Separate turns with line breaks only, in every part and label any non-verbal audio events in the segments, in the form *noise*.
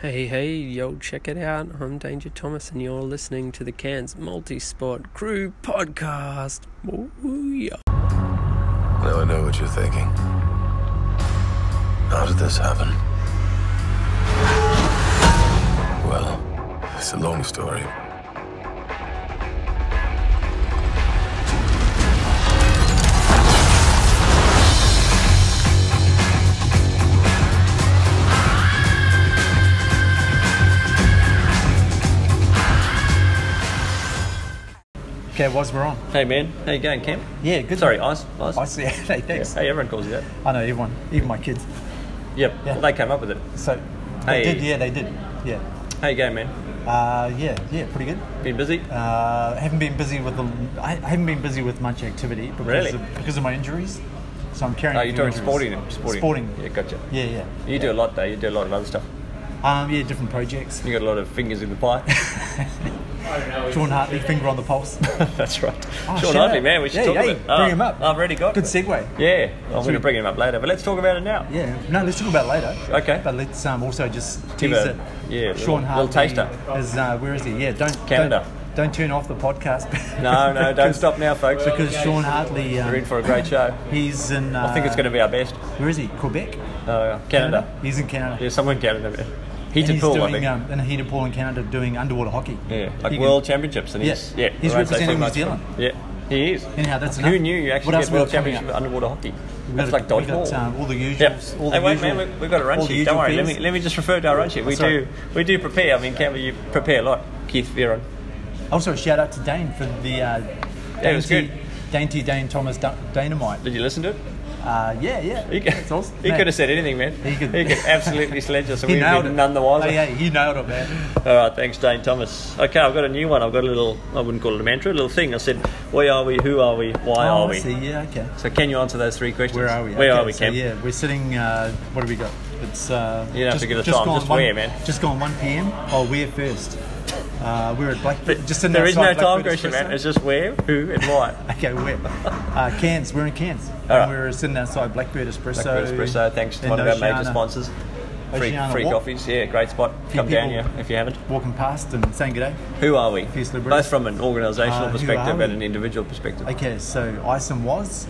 Hey, hey, yo, check it out. I'm Danger Thomas, and you're listening to the Cairns Multisport Crew Podcast. Ooh, yeah.
Now I know what you're thinking. How did this happen? Well, it's a long story.
Okay, was we're on.
Hey man, how you going, Cam?
Yeah, good.
Sorry, Ice. Ice.
I see. *laughs* Hey, thanks.
Hey, everyone calls you that.
I know everyone, even my kids.
Yep.
Yeah.
They came up with it.
So they
Hey.
did. Yeah, they did. Yeah.
How you going, man?
Uh, yeah, yeah, pretty good.
Been busy?
Uh, haven't been busy with the. I I haven't been busy with much activity because
Really?
of, because of my injuries. So I'm carrying.
oh,
a
you're
few
doing
injuries.
sporting, sporting.
Sporting.
Yeah, gotcha.
Yeah, yeah.
You do a lot though. You do a lot of other stuff.
Um, yeah, different projects.
You got a lot of fingers in the
*laughs*
pie. *laughs*
Sean Hartley, finger on the pulse.
That's right.
Oh,
Sean
shout
Hartley,
out.
man, we should
Yeah,
talk
yeah,
about it. Oh,
bring him up.
I've already got.
good
it.
segue.
Yeah, I'm going
we-
to bring him up later, but let's talk about it now.
Yeah. No, let's talk about it later.
Okay.
But let's um, also just
Give
tease
a-
it.
yeah, little-
Sean
little
Hartley
taster.
Is, uh, where is he? Yeah, don't
Canada.
Don't, don't turn off the podcast. *laughs*
No, no, don't
Because-
stop now, folks.
Because Sean Hartley,
we're in
um,
for a great show.
he's in. Uh,
I think it's going to be our best.
Where is he? Quebec.
Uh, Canada.
He's in Canada.
Yeah, someone in Canada. man.
And
Heated
he's
pool, I
doing
think.
um, in a heated pool in Canada doing underwater hockey.
yeah, like
You can-
world championships, and he's
Yeah,
yeah,
he's
I won't say too
representing New
much, but-
Zealand.
Yeah, he is.
Anyhow, that's
who
enough.
knew you actually
What else
get
we
world
got coming
championship underwater hockey?
We've
That's
got-
like
we've got,
dodgeball.
um, all the usuals.
Yep.
All the
Hey, wait,
usual,
man, we- we've got a run
all the
sheet.
usual
Don't
Oh,
worry. Let me
fears.
let me just refer to our run sheet. We
That's right.
do we do prepare. I mean, Campbell, you prepare a lot. Keith Veron.
Also, Oh, shout out to Dane for the. Uh,
Yeah, it was
dainty,
good.
Dainty Dane Thomas Da- Dynamite.
Did you listen to it?
Uh, yeah, yeah.
He,
It's awesome.
he
Mate,
could have said anything, man.
He could-
absolutely sledge us,
*laughs*
and
He
we'd
nailed it.
been none the wiser.
Oh, yeah, he nailed it, man.
All right, thanks, Dane Thomas. Okay, I've got a new one. I've got a little. I wouldn't call it a mantra. A little thing. I said, "Where are we? Who are we? Why
oh,
are
I
we?"
See, yeah, okay.
So, can you answer those three questions?
Where are we?
Where
Okay,
are we,
so,
Cam?
yeah, we're sitting. Uh, what do we got? It's. Uh,
You don't have to give us time,
gone
just
one,
where, man.
Just gone 1 p.m. Oh, where first? Uh, we're at Black.
But
just in
there is no
outside
time
Blackbird
question, man.
Espresso.
It's just where, who, and why.
Okay, where? Uh, Cairns. We're in Cairns. And
All right.
We're sitting outside Blackbird Espresso.
Blackbird Espresso, thanks to
and
one of our
Oceana.
major sponsors. Free,
Oceana
free
Walk.
coffees, yeah, great spot.
Few
Come down
people-
here if you haven't.
Walking past and saying good day.
Who are we?
Few celebrities.
Both from an organisational
Uh, who are
perspective
we?
and an individual perspective.
Okay, so Isom was.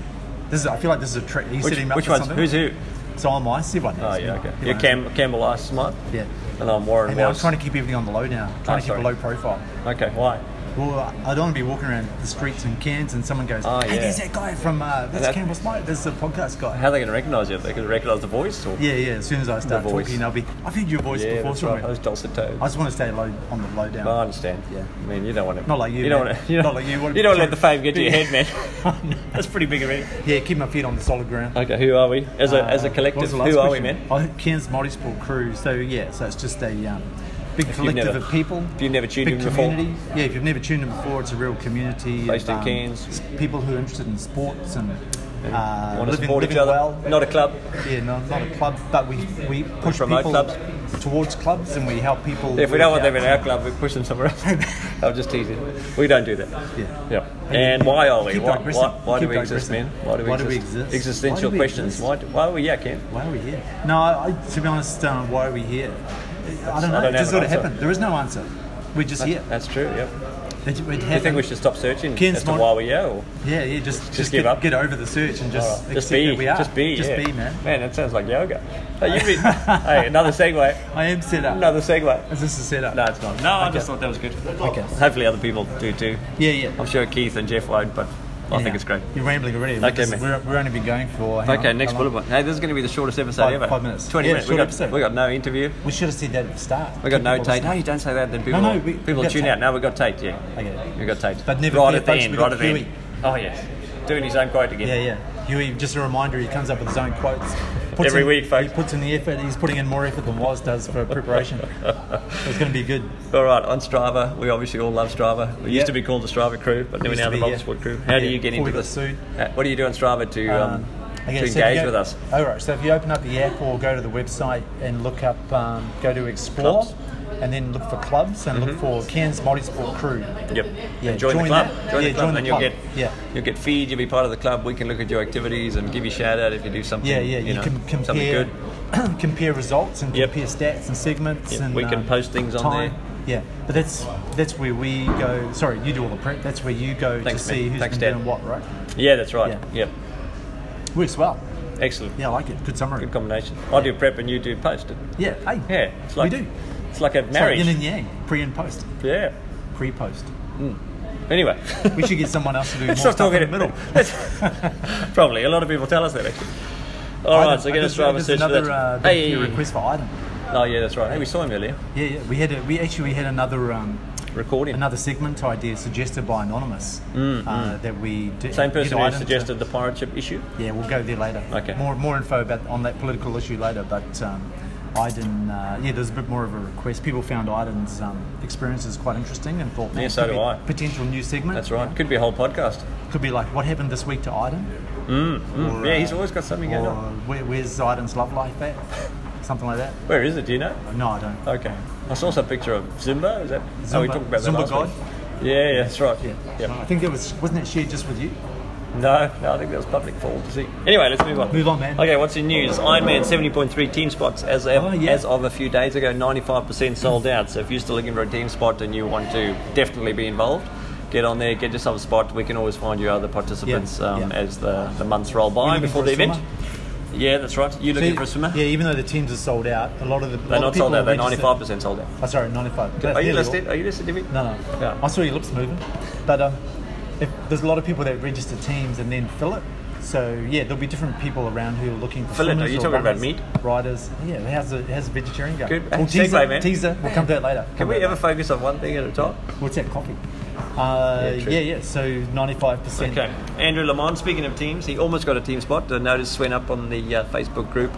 This is. I feel like this is a trick. You
which
set him up
which
for
one's
something.
who's who?
So I'm Ice. Everyone.
Oh
knows
yeah,
me.
okay.
Everyone
You're
knows
Cam, Campbell Ice Smart,
me. Yeah.
and I'm Warren
Hey, man, I'm
Morris.
trying to keep everything on the low now. Trying
Oh,
to keep
sorry.
a low profile.
Okay, why?
Well, I don't want to be walking around the streets in Cairns and someone goes,
Oh,
"Hey,
yeah.
there's that guy from uh, that's
That-
Campbell Smart. There's the podcast guy."
How are they going to recognise you? Are they going to recognise the voice? Or?
yeah, yeah. As soon as I start
voice.
talking, I'll be, "I've heard your voice
Yeah,
before
that's right.
somewhere."
Those dulcet tones.
I just want to stay low on the low down.
I understand.
Yeah.
I mean, you don't want to.
Not like you,
don't
man.
want to. You
Not
don't,
like you. What-
You don't want to let
sorry.
the fame get to your head,
*laughs*
man. That's pretty big already.
Yeah, keep my feet on the solid ground.
Okay, who are we as a as a
Uh,
collective?
what was the
Who
last
are we,
question?
man?
Oh, Cairns Multisport Crew. So yeah, so it's just a um, big collective
never-
of people.
if you've never tuned
big
in before.
community. Yeah, if you've never tuned in before, it's a real community.
Based
of,
in Cairns.
s- People who are interested in sports and,
And
uh,
want to
living,
support
living
each other.
well.
Not a club.
Yeah, no, not a club, but we, we push
promote
people
clubs.
towards clubs and we help people.
If we don't want
work
them in
out-
our club, we push them somewhere
*laughs*
else. I'm just teasing. We don't do that.
Yeah.
Yeah. And why are we?
Keep
Why,
digressing.
why, why do
Keep
we exist, man?
digressing.
Why do we,
Why do
exist?
we exist?
Existential
Why do we
questions.
exist?
Why, do, why are we here, Ken?
Why are we here? No, I, I- to be honest, um, why are we here? I don't know.
don't
it just
have
sort of
an answer.
happened. There is no answer. We're just here.
That's true, yeah.
It, it
Do you think
happened.
we should stop searching
Ken's
as to
mod-
why we're here? Or
Yeah, yeah. Just, just,
give
get,
up?
get over the search and just
Alright, just
accept
be.
that we are.
Just be.
Just
yeah.
be, man.
Man, that sounds like yoga.
*laughs*
Hey, you've been, hey another segue.
I am set up.
Another segue.
Is this a setup?
No, it's not. No, I
Okay.
just thought that was good.
Okay.
Hopefully, other people do too.
Yeah, yeah.
I'm sure Keith and Jeff won't, but I think
Anyhow,
it's great.
You're rambling already.
Okay,
This-
man.
We're, we're only been going for. hang on,
Okay,
how
next
long?
bullet point. Hey, this is going to be the shortest episode
Five-
ever.
five minutes.
Twenty
Yeah,
minutes. We
short
got,
episode.
we got no interview.
We should have said that at the start.
We got
Keep
no
people
Tate. No, you don't say that. Then people,
No, no, we-
people
we got
tune
Tate.
out. No, we got Tate. Yeah,
Okay.
we got Tate.
But never
right
fear,
at the
folks,
end.
we got
Right at the end.
Huey.
Oh yes, doing his own quote again.
Yeah, yeah. Huey, just a reminder, he comes up with his own quotes. Puts
Every
in-
week, folks.
He puts in the effort. He's putting in more effort than Waz does for
*laughs*
preparation. it's going to be good.
All right, on Strava, we obviously all love Strava. We
Yeah.
used to be called the Strava Crew, but then we
Used
now
to
the
be, yeah.
Multisport Crew. How do
Yeah,
you get
before we
into
got
this?
sued.
Uh, What do you do on Strava to,
Uh,
um,
okay,
to
so if you
engage
go-
with us?
All right. So if you open up the app or go to the website and look up, um, go to explore,
Clubs. Mm-hmm.
and then look for clubs and look for Cairns Multisport Crew.
Yep.
Yeah,
and join, the
join
club.
that.
Join
Yeah,
the club,
join the
and
club.
you'll get
Yeah.
you'll get feed. You'll be part of the club. We can look at your activities and give you shout out if you do something.
Yeah, yeah. You,
know,
can
something
compare *clears throat*
good.
compare results and
Yep.
compare stats and segments.
Yep,
And
we can
um,
post things on
time. Yeah, but that's that's where we go. Sorry, you do all the prep. That's where you go
Thanks,
to
man.
see who's
Thanks,
been
Dad.
doing what, right?
Yeah, that's right.
Yeah.
Yep.
Works well.
Excellent.
Yeah, I like it. Good summary.
Good combination. I do prep and you do post it.
Yeah, hey.
Yeah. It's like,
we do.
It's like a
It's like
marriage.
yin and yang, pre and post,
yeah.
pre post.
Anyway. *laughs*
We should get someone else to do more
Let's stop
stuff
talking
in the
*laughs*
middle.
Probably. A lot of people tell us that, actually. All right,
Item.
so
Uh,
get
there's-
us driver
there's
search for
another,
that.
Uh, big
hey.
request for item.
Oh, yeah, that's right. Hey, we saw him earlier.
Yeah, yeah. We had a, we actually had another um,
Recording.
another segment idea suggested by anonymous uh, that we did.
Mm, Same person
did
who
item to-
suggested the pirate ship issue.
yeah, we'll go there later.
Okay.
More more info about on that political issue later, but. Um, Iden, uh, yeah, there's a bit more of a request. People found Iden's um, experiences quite interesting and thought,
Yeah,
"Man,
so
could
do
be
I."
Potential new segment.
That's right. Could be a whole podcast.
Could be like, what happened this week to Iden?
Mm,
Or,
yeah,
uh,
he's always got something going
or
on.
Where, where's Zaiden's love life at? Something like that.
Where is it? Do you know?
No, I don't.
Okay. I saw some picture of Zumba. Is that? Oh, we
Zumba.
talked about that
Zumba
last
God?
week. Yeah, yeah, that's right.
Yeah.
Yep.
I think that was wasn't that shared just with you?
No, no, I think that was public for all to see. Anyway, let's move on.
Move on, man.
Okay, what's in news? Iron Man 70.3 team spots as of,
Oh, yeah.
as of a few days ago, 95% sold out. So if you're still looking for a team spot and you want to definitely be involved, get on there, get yourself a spot. We can always find you other participants
Yeah,
um,
yeah.
as the, the months roll by
looking
before
for
the
a
event.
swimmer?
Yeah, that's right. You looking for a swimmer?
Yeah, even though the teams are sold out, a lot of the
They're not sold out. They're 95
95.
percent sold out.
Oh, sorry, 95.
Are you
Nearly all-
listed? Are you listed, Dimitri?
No, no.
Yeah.
I saw your lips moving, but um, if, there's a lot of people that register teams and then fill it. So yeah, there'll be different people around who are looking for
Fill it, are
swimmers
you
or
talking about
runners,
meat?
riders? Yeah, how's the how's the vegetarian going?
Good.
Well, teaser,
Segue, man.
teaser. We'll come to that later.
Can we ever focus on one thing at a time?
What's that coffee? Uh,
Yeah,
yeah,
true.
yeah, So 95%.
Okay. Andrew Lamont, speaking of teams, he almost got a team spot. The notice went up on the uh, Facebook group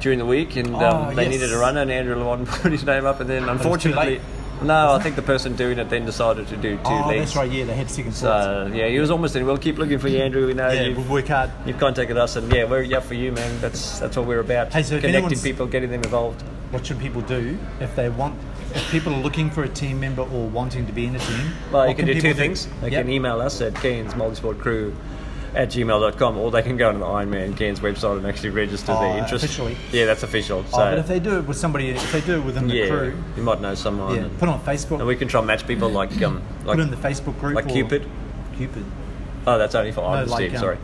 during the week, and um,
Oh,
they
yes.
needed a runner, and Andrew Lamont *laughs* put his name up, and then
too
unfortunately.
late,
No, I think the person doing it then decided to do two
Oh,
legs.
that's right. Yeah, they had second thoughts.
So, yeah, he was almost in. We'll keep looking for you, Andrew. We know
yeah,
you've,
we'll work hard.
you've contacted us, and yeah, we're up for you, man. That's that's what we're about.
Hey, so if
Connecting
anyone's-
people, getting them involved.
What should people do if they want? If people are looking for a team member or wanting to be in a team,
Well, you
what
can, do
people
two things. They
Yep.
can email us at Cairns Multisport Crew at gmail.com or they can go on the Ironman Cairns website and actually register
Oh,
their interest.
officially.
Yeah, that's official. So,
Oh, but if they do it with somebody, if they do it within the
yeah,
crew,
you might know someone.
yeah,
and,
put it on Facebook,
and we can try and match people like. Um, like
put it in the Facebook group,
like
or-
Cupid?
Cupid.
oh, that's only for Ironman's
like,
team,
um,
sorry.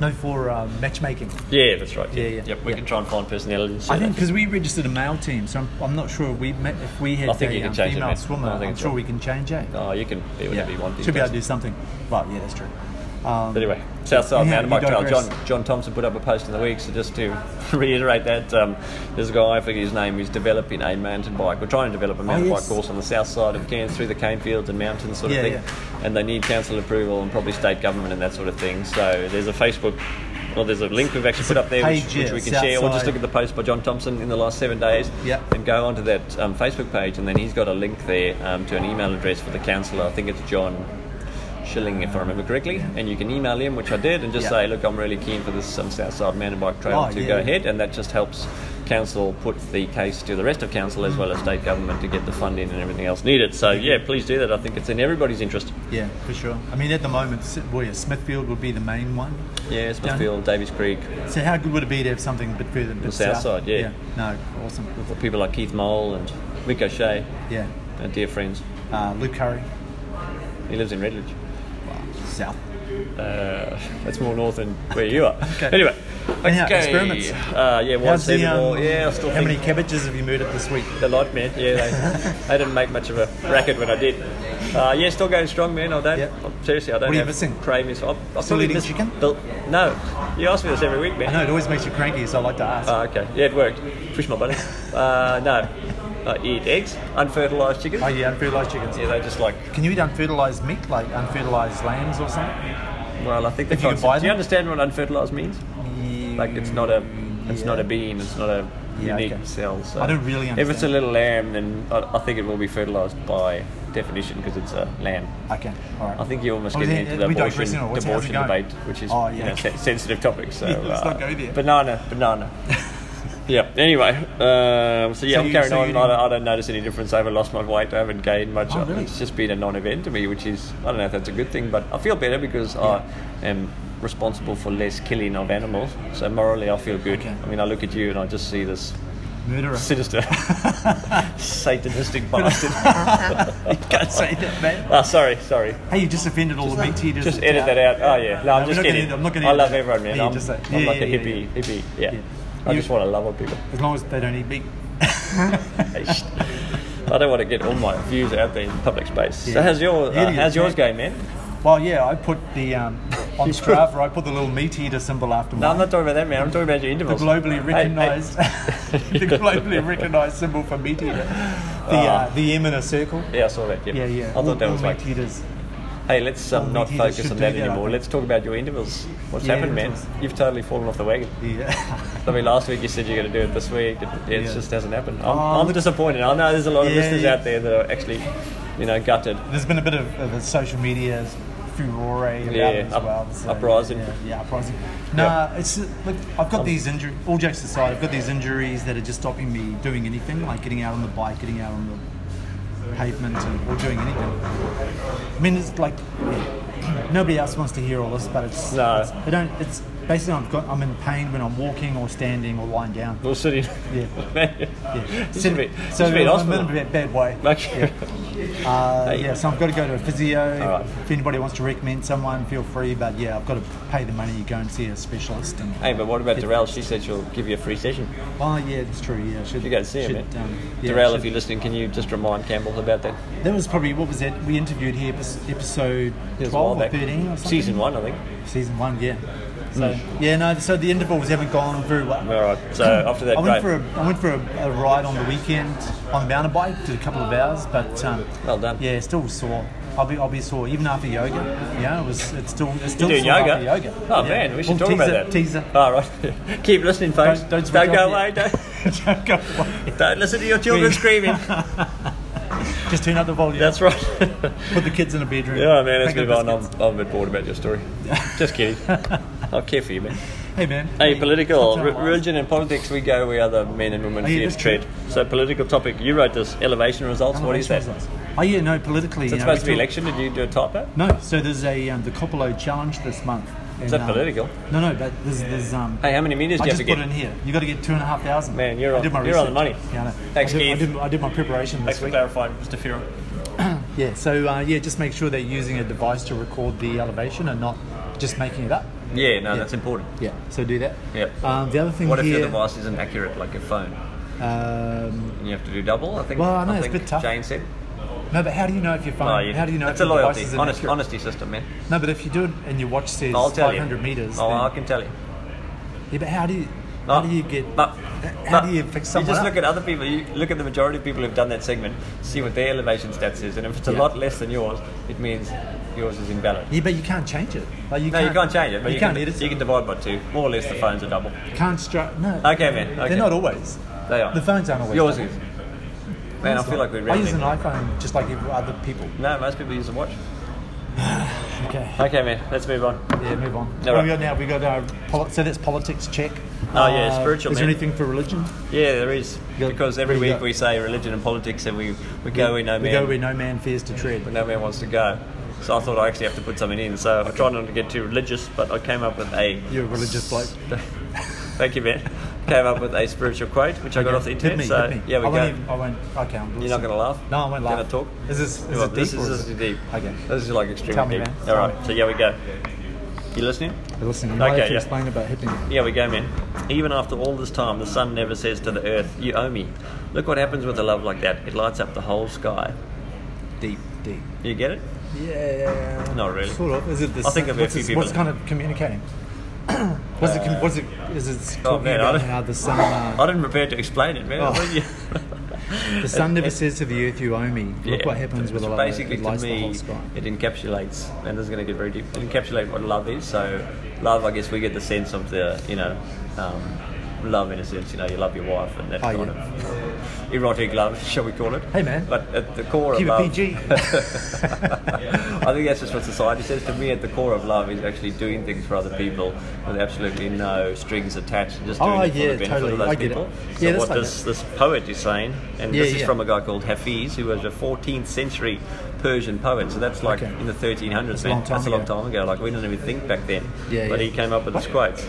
No, for um, matchmaking.
Yeah, that's right.
yeah, yeah,
Yep, we
yeah.
can try and find personality.
I think because we registered a male team, so I'm, I'm not sure we met, if we had
I think
a
you can
um,
change it,
female
mate.
swimmer.
No, I think
I'm
it's
sure
right.
we can change it.
Oh, you can be whatever you want. these
should be able to do
days.
something. Well, yeah, that's true. Um,
But anyway, Southside
Yeah,
Mountain Bike
you
Trail.
digress.
John, John Thompson put up a post in the week, so just to *laughs* reiterate that, um, there's a guy, I forget his name, who's developing a mountain bike. We're trying to develop a mountain
Oh, yes.
bike course on the south side of Cairns through the cane fields and mountains sort of
Yeah,
thing.
yeah.
And they need council approval and probably state government and that sort of thing. So there's a Facebook, well, there's a link we've actually put up there which,
page, yeah,
which we can share. Or just
Southside.
look at the post by John Thompson in the last seven days
Yeah.
and go onto that um, Facebook page. And then he's got a link there um, to an email address for the councillor. I think it's John shilling if I remember correctly, and you can email him, which I did, and just
Yeah.
say, look, I'm really keen for this um, Southside mountain bike trail
Oh,
to
yeah.
go ahead, and that just helps council put the case to the rest of council as well as state government to get the funding and everything else needed. So yeah, please do that. I think it's in everybody's interest.
Yeah, for sure. I mean, at the moment, S- well, yeah, Smithfield would be the main one.
Yeah, Smithfield, Davies Creek,
So how good would it be to have something a bit further, a bit
south
south?
side, yeah.
No, awesome.
people like Keith Mole and Mick O'Shea,
Yeah,
our dear friends.
uh, Luke Curry,
He lives in Redledge.
south.
Uh, that's more north than where you are.
Okay.
Anyway.
Anyhow, experiments.
Uh, yeah, one
How's the,
seven
um,
Yeah, I still
how
think
many cabbages have you murdered this week?
The lot, man. Yeah,
*laughs*
they, they didn't make much of a racket when I did. Uh, yeah, still going strong, man. I don't.
Yep.
Seriously, I don't
What are you
have
missing?
cravings. I, I
Still
probably
eating
miss
chicken?
the- no, you ask me this every week, man.
I know it always makes you cranky, so I like to ask.
Ah, okay, yeah, it worked. Push my button.
*laughs*
uh, no, I eat eggs, unfertilized chicken.
oh yeah, unfertilized chickens.
yeah, they just like.
Can you eat unfertilized meat, like unfertilized lambs or something?
Well, I think they
If you
can't-
could buy
Do you
them?
understand what unfertilized means? Like it's not a, it's not a bean. It's not a
Yeah,
unique
okay.
cell. So
I don't really
If it's a
understand.
little lamb, then I, I think it will be fertilized by definition because it's a lamb.
Okay, all right.
I think you're almost
Oh,
getting
yeah,
into
yeah,
the
we
abortion,
digressing on what's- how's it
abortion
going?
debate, which is
Oh,
you
yeah,
know,
okay.
se- *laughs* sensitive topic. So
Yeah, let's
uh,
not go there.
Banana,
*laughs*
banana. yeah. Anyway, um, so yeah,
So
I'm
you-
carrying
so
on.
you
I don't,
didn't-
I don't notice any difference. I haven't lost my weight. I haven't gained much.
Oh, really?
It's just been a non-event to me, which is I don't know if that's a good thing, but I feel better because I am responsible for less killing of animals. So morally, I feel good.
Okay.
I mean, I look at you and I just see this
*laughs* Murderer. *laughs*
*laughs* sinister, satanistic bastard. *laughs*
you can't say that, mate.
Ah, sorry, sorry.
Hey, you just offended all the meat eaters.
Just edit that out. Oh yeah, no, I'm
we're not gonna
just kidding.
edit- I'm not gonna
I
edit
love
that.
everyone, man.
Yeah,
I'm,
just like-
I'm
yeah,
like a
yeah,
hippie,
yeah.
hippie. Yeah,
Yeah.
I
You-
just want to love on people.
As long as they don't eat meat.
*laughs* I don't want to get all my views out there in public space.
Yeah.
So how's your
Yeah,
uh,
it
how's
is,
yours
mate.
going, man?
Well, yeah, I put the
*laughs*
um, on Strava. I put the little meat eater symbol after
No,
mine.
I'm not talking about that, man. I'm talking about your
the
intervals. Hey,
globally
hey.
recognised, *laughs*
*laughs*
the globally recognised symbol for meat eater. The uh, the M in a circle.
Yeah, Ah. I saw that. Yeah,
Yeah, yeah.
I
all,
thought that
all
was
meat
like,
eaters.
hey, let's um,
all
not
meat eaters
focus
should
on
do
that
that, I
anymore.
think.
Let's talk about your intervals. What's
Yeah,
happened, man?
intervals.
You've totally fallen off the wagon.
Yeah. *laughs*
I mean, last week you said you're going to do it this week. It, it
Yeah.
just hasn't happened. I'm,
Oh,
I'm
look-
disappointed. I know there's a lot of
Yeah,
listeners
yeah.
out there that are actually, you know, gutted.
There's been a bit of, of a social media furore about
Yeah,
it as
up-
well. so,
uprising. Um,
Yeah, yeah, uprising. Nah, it's look, I've got these injuries. All jokes aside, I've got these injuries that are just stopping me doing anything, like getting out on the bike, getting out on the pavement, and, or doing anything. I mean, it's like yeah, nobody else wants to hear all this, but it's
No.
It's, I don't. It's basically I've got, I'm in pain when I'm walking or standing or lying
*laughs*
down.
We're sitting.
Yeah.
yeah.
So, so
be, you should be in
I'm in
hospital.
a bit bad way.
Make sure-
Uh, yeah, so I've got to go to a physio.
Alright.
If anybody wants to recommend someone, feel free. But yeah, I've got to pay the money. You go and see a specialist. And
Hey, but what about Darrell? She said she'll give you a free session.
oh yeah, it's true. Yeah, should
You go and see her,
should, um,
man.
yeah,
Darrell,
should-
if you're listening, can you just remind Campbell about that?
that was probably what was that we interviewed here epi- episode
It was a while
twelve or
back.
thirteen or something.
Season one, Mm. I think.
Season one, yeah. So yeah, no. So the intervals haven't gone very well.
All right. So
*coughs*
after that,
I went
great.
for a, I went for a, a ride on the weekend on the mountain bike, did a couple of hours, but um,
Well done.
Yeah, still sore. I'll be I'll be sore even after yoga. Yeah, it was it's still it's still
You're doing
sore
yoga.
after yoga.
Oh
Yeah.
man, we should
Well,
talk about that.
teaser,
All right. *laughs* Keep listening, folks.
Don't- don't switch
go
off
away.
yet.
Don't,
Teaser. *laughs* Don't go away.
don't listen to your
*laughs*
children
We-
screaming.
Just turn up the volume.
That's right. *laughs*
Put the kids in a bedroom.
Yeah, man, let's
Pack up
move on. I'm,
biscuits.
I'm a bit bored about
*laughs*
your story. Just kidding. I'll care for you, man.
Hey man.
Hey, political,
Sometimes
re- religion and politics, we go where other men and women
Oh, yeah,
fear
that's
to tread. So, political topic, you wrote this, elevation results.
I'm
what is that?
amazed
So
by this. Oh yeah, no, politically.
it's
you know,
supposed to
we
be
talk-
election. Did you do a typo?
No, so there's a um, the Coppola challenge this month. Is
that political?
No, no, but there's, there's um.
Hey, how many meters do
I
you
just
have to
put in
get?
here. You got to get two and a half thousand.
Man, you're
I
on-
did my
you're on the
research.
money.
Yeah, I know.
Thanks,
I did, I
Keith.
did, I did my preparation this week.
clarifying, Mr. Ferrell.
Yeah, so uh, yeah, just make sure that you're using a device to record the elevation and not just making it up.
Yeah, no, that's important.
Yeah, so do that.
Yep.
Um, the other thing
What if
here,
your device isn't accurate, like your phone?
Um,
And you have to do double, I think.
Well, I know,
I
it's a
think
bit tough.
Jane said.
no, but how do you know if your phone?
No, Oh, you-
how do you know
It's a
if your
loyalty,
device is
honest,
inaccurate?
honesty system, man.
No, but if you do it and your watch says
I'll tell you.
500 meters,
Oh,
then,
I can tell you.
yeah, but how do you?
No,
How do you get?
no,
how
no.
do you fix
You
someone
just
up?
look at other people. You look at the majority of people who've done that segment. See what their elevation stats is, and if it's a
Yeah.
lot less than yours, it means yours is invalid.
Yeah, but you can't change it. Like, you
No, you can't change it. But
you,
you,
can't
can,
edit.
You
it.
can divide by two. More or less, the phones are double.
Can't stru- No.
Okay, man. Okay.
They're not always.
They are.
The phones aren't always.
Yours
double.
is. Man, I
It's
feel
not.
like we're
I use an
rounding.
iPhone just like every other people.
No, most people use a watch.
Okay.
Okay, man. Let's move on.
Yeah, move on.
All
All
right.
right. We got now. We got our poli- so that's politics check. Uh,
Oh, yeah, spiritual,
Is there
man.
anything for religion?
Yeah, there is.
Yeah.
Because every
What do you
week
got?
we say religion and politics, and we, we go where no
We go
man
where no man fears to tread.
where no man wants to go. So I thought I actually have to put something in. So I tried not to get too religious, but I came up with a.
You're a religious bloke.
*laughs* Thank you, man. Came up with a spiritual quote, which I got off the
Hit
internet.
me,
so
hit me.
yeah, we
I
go.
Won't even, I won't. Okay, I'm
You're not going to laugh.
No, I won't
Gonna
laugh.
talk.
Is this is
Well,
it
this
deep?
is
or
this is deep. Uh,
Okay.
This is like extremely
Tell me,
deep.
man.
All right. So yeah, we go. You listening?
Listen, you might have
Okay,
to
yeah.
explain about hitting.
Yeah, we go, man. Even after all this time, the sun never says to the earth, "You owe me." Look what happens with a love like that. It lights up the whole sky.
Deep, deep.
You get it?
Yeah.
Not really.
Sort of. Is it this?
I think of a
what's,
few
this-
people
what's
that- Uh,
kind of communicating? *coughs* what's it? com- What's it? Is it
Oh,
talking
man, I
about
don't-
how the sun? Uh,
*laughs* I didn't prepare to explain it, man.
Oh. *laughs*
the
The sun never says to the earth, "You owe me." Look what happens with a lot
Basically,
of lights
to
the
me,
whole sky.
it encapsulates, and this is going to get very deep. It encapsulates what love is. So, love, I guess, we get the sense of the, you know, um, love in a sense. You know, you love your wife and that
Oh,
kind
yeah.
of *laughs* erotic love, shall we call it?
Hey, man.
But at the core
Keep
of
it
*laughs* love,
PG.
*laughs* I think that's just what society says. To me, at the core of love is actually doing things for other people with absolutely no strings attached, and just doing
Oh,
it for
yeah,
the benefit
totally.
of those
I get it.
people. So
Yeah, that's
what
like
this this poet is saying, and
Yeah,
this is
yeah.
from a guy called Hafiz, who was a 14th century Persian poet. So that's like
Okay.
in the 1300s.
a long
man.
time
that's a long
ago.
time ago. Like we didn't even think back then.
Yeah,
but
yeah.
he came up with his quotes.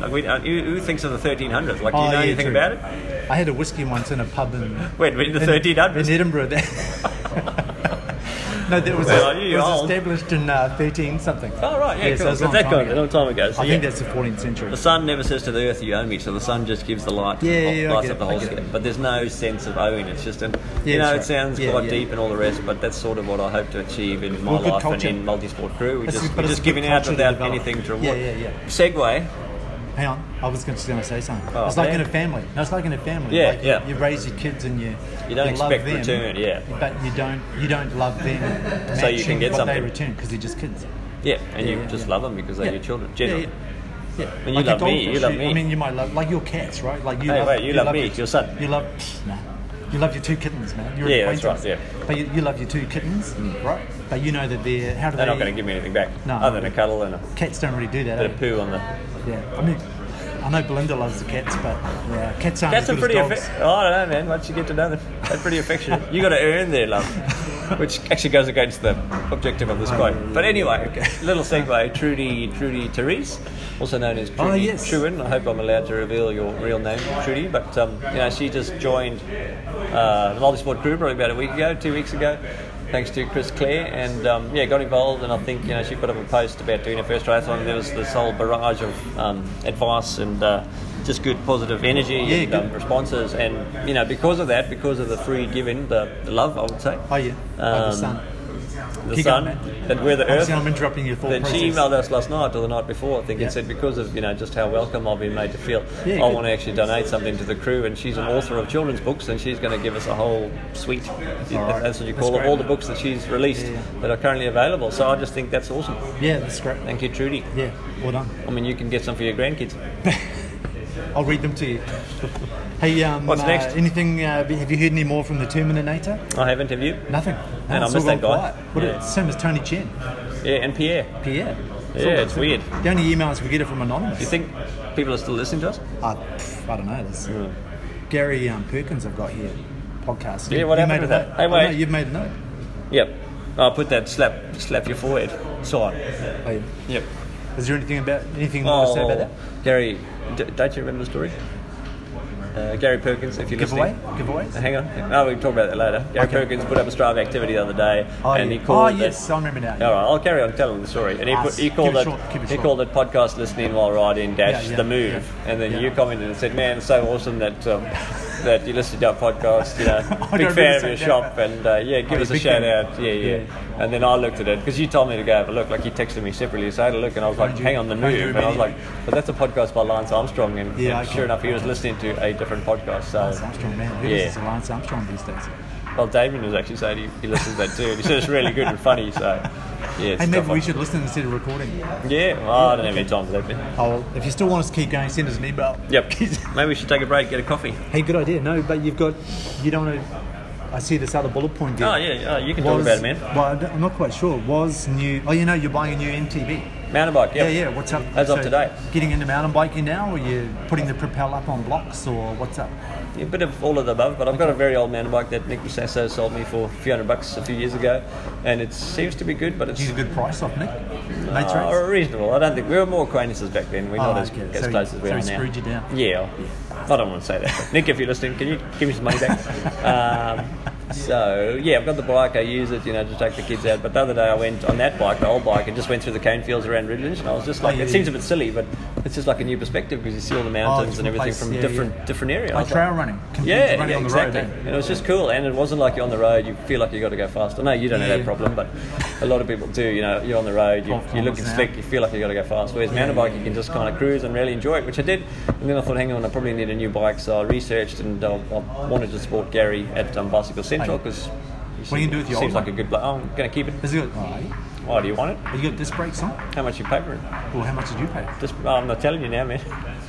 Like we, uh, who, who thinks of the 1300s? Like do you
Oh,
know
yeah,
anything
true.
about it?
I had a whiskey once in a pub in
Wait, in the
in-
1300s.
in Edinburgh. *laughs* That no, that was,
Well, you
it was
old.
established in uh, 13 something.
Oh right, yeah,
Yes,
cool.
that was a
But
long
that
time
guy,
ago.
a long time ago. So,
I
yeah.
think that's the 14th century.
The sun never says to the earth, "You owe me." So the sun just gives the light,
Yeah, yeah, yeah, I
lights
get
up
it,
the
I
whole
get it.
skin. But there's no sense of owing. It's just, an, you
Yeah,
know,
that's
it
right.
sounds
Yeah,
quite
yeah.
deep and all the rest. But that's sort of what I hope to achieve in my
Well, good
life
culture.
and in multi-sport crew. We're
It's-
just,
but
we're
it's
just
good
giving
culture
out
to
without
develop.
anything to
Yeah,
reward.
yeah, yeah.
Segway.
Hang on, I was just going to say something.
Oh,
it's like
man.
in a family. No, it's like in a family.
Yeah,
like
yeah.
You, you raise your kids and you
You don't
love
expect
them,
return, yeah.
But you don't you don't love them.
So you
matching
can get
what
something.
they return because they're just kids.
Yeah, and
Yeah,
you
yeah,
just
yeah.
love 'em love them because they're
Yeah.
your children.
Yeah,
Generally.
Yeah.
And you
Like a
love me,
goldfish,
you love me.
I mean, you might love like your cats, right? Like you
Hey,
love
wait, you love me,
your-
it's your son.
You love nah, you love your two kittens, man. You're
Yeah, that's
acquaintance.
right,
But you, you love your two kittens, right? But you know that they're how do
They're
they?
not going to give me anything back
No.
other than a cuddle and a
Cats don't really do that.
bit
eh?
of poo on the.
Yeah, I mean, I know Belinda loves the cats, but yeah, cats aren't
Cats
as
are
good
pretty.
as
Affi-
dogs.
oh, I don't know, man. Once you get to know them, they're pretty affectionate. you got to earn
*laughs*
their love, which actually goes against the objective of this quote. But anyway, little segue. Trudy, Trudy Therese, also known as Trudy
Oh, yes.
Truin. I hope I'm allowed to reveal your real name, Trudy. But um, you know, she just joined uh, the multisport crew probably about a week ago, two weeks ago. Thanks to Chris Clare, and um, yeah, got involved, and I think you know she put up a post about doing her first triathlon. There was this whole barrage of um, advice and uh, just good positive energy
Yeah,
and,
good.
um, responses, and you know because of that, because of the free giving, the, the love, I would say,
Oh yeah, like the
Um,
sun.
the
Keep
sun,
going, man.
that we're the earth.
Obviously, I'm interrupting your thought
Then
process.
she emailed us last night or the night before, I think,
Yeah.
and said because of you know just how welcome I've been made to feel,
Yeah,
I
good.
want to actually donate something to the crew. And she's an author of children's books, and she's going to give us a whole suite.
alright.
That's what you
That's
call it,
great,
all the
man.
books that she's released
Yeah, yeah.
that are currently available. So I just think that's awesome.
Yeah, that's great.
Thank you, Trudy.
Yeah, well done.
I mean, you can get some for your grandkids.
I'll read them to you. *laughs* Hey, um,
What's
uh,
next?
Anything? Uh, have you heard any more from the Terminator?
I haven't, have you?
Nothing.
Man, I
it's
miss
all
that
gone
guy.
quiet. What
Yeah.
yeah. same as Tony Chen,
Yeah, and Pierre.
Pierre. It's
Yeah,
all
it's
gone.
weird.
The only emails we get are from anonymous.
Do you think people are still listening to us?
Uh, pff, I don't know. That's Gary um, Perkins I've got here. Podcast.
Yeah, what
You
happened
made
with
a
that?
note.
Hey,
Oh,
wait.
no, you've made a note.
Yep. I'll put that slap, slap your forehead sign.
Oh, yeah.
Yep.
Is there anything about anything more to say about that?
Gary, d- don't you remember the story? Uh, Gary Perkins, if you're
Giveaway?
listening.
Giveaways?
Hang on. No, we can talk about that later. Gary
Okay.
Perkins put up a Strava activity the other day,
Oh,
and
yeah.
he called
Oh,
it.
yes, I remember now.
All right, I'll carry on telling the story. And he,
Ah,
put, he
s-
called
keep it
it,
short, keep it
he
short.
called it podcast listening while riding dash
Yeah, yeah,
the move.
yeah.
and then
Yeah.
you commented and said, "Man, it's so awesome that um, that you listened to our podcast. You know,
*laughs* I
big
don't
fan of
really
your
say that,
shop,
but-
and uh, yeah, give
Oh,
us a
big
shout
fan.
out. Yeah, yeah, And then I looked at it because you told me to go have a look. Like you texted me separately, so I had a look, and I was like,
Mind you-
"Hang on, the
mind
move."
you,
And I was
many-
like, "But that's a podcast by Lance Armstrong." And,
Yeah,
and
okay.
sure enough, he was listening to a different podcast. So
Lance Armstrong, man. Who
Yeah.
listens to Lance Armstrong these days?
well, Damien was actually saying he, he listens to that too. And he said it's really good and funny. So yeah, it's
Hey,
tough
maybe we
one.
should listen instead of recording.
Yeah, well, I don't have any time for that bit.
Oh, well, if you still want us to keep going, send us an email.
Yep. *laughs* Maybe we should take a break, get a coffee.
hey, good idea. No, but you've got, you don't know. I see this other bullet point there.
Oh, yeah, oh, you can talk about it, man.
Well, I don't- I'm not quite sure. Was new? Oh, you know, you're buying a new MTB.
Mountain bike, yep.
Yeah, yeah. What's up?
As of today.
Getting into mountain biking now, or you putting the propel up on blocks, or what's up?
A bit of all of the above, but I've got a very old mountain bike that Nick Sasso sold me for a few hundred bucks a few years ago, and it seems to be good, but it's
He's a good price off Nick. Mate's
uh,
rates.
reasonable. I don't think we were more acquaintances back then. We're
Oh,
not as,
okay.
as
So
close
he-
as we
so
are
he
now.
screwed you down.
Yeah, I don't want to say that. but Nick, if you're listening, can you give me some
*laughs*
money back? um, so yeah, I've got the bike. I use it, you know, to take the kids out. But the other day I went on that bike, the old bike, and just went through the cane fields around Ridlands, and I was just like,
Oh, yeah,
it seems a
yeah.
bit silly, but it's just like a new perspective because you see all the mountains and
different
everything
place,
from
yeah,
different
yeah.
different areas.
Like trail running. compared
Yeah,
to running
yeah,
on the
exactly.
road. eh?
and it was just cool, and it wasn't like you're on the road. You feel like you got to go faster. No, you don't have that
Yeah.
problem, but a lot of people do. You know, you're on the road, you,
Twelve
you're looking
kilometres an
slick,
hour.
you feel like you got to go fast. Whereas mountain bike, you can just kind of cruise and really enjoy it, which I did. And then I thought, hang on, I probably need a new bike, so I researched and I, I wanted to support Gary at um, Bicycle Central
Hey.
because.
What are you gonna do with your
Seems
old
like a good. Blo- oh, I'm going to keep it.
Is it good? All right.
Why do you want it?
Have you got disc brakes on?
How much you pay for it?
Well, how much did you pay?
Just, I'm not telling you now, man.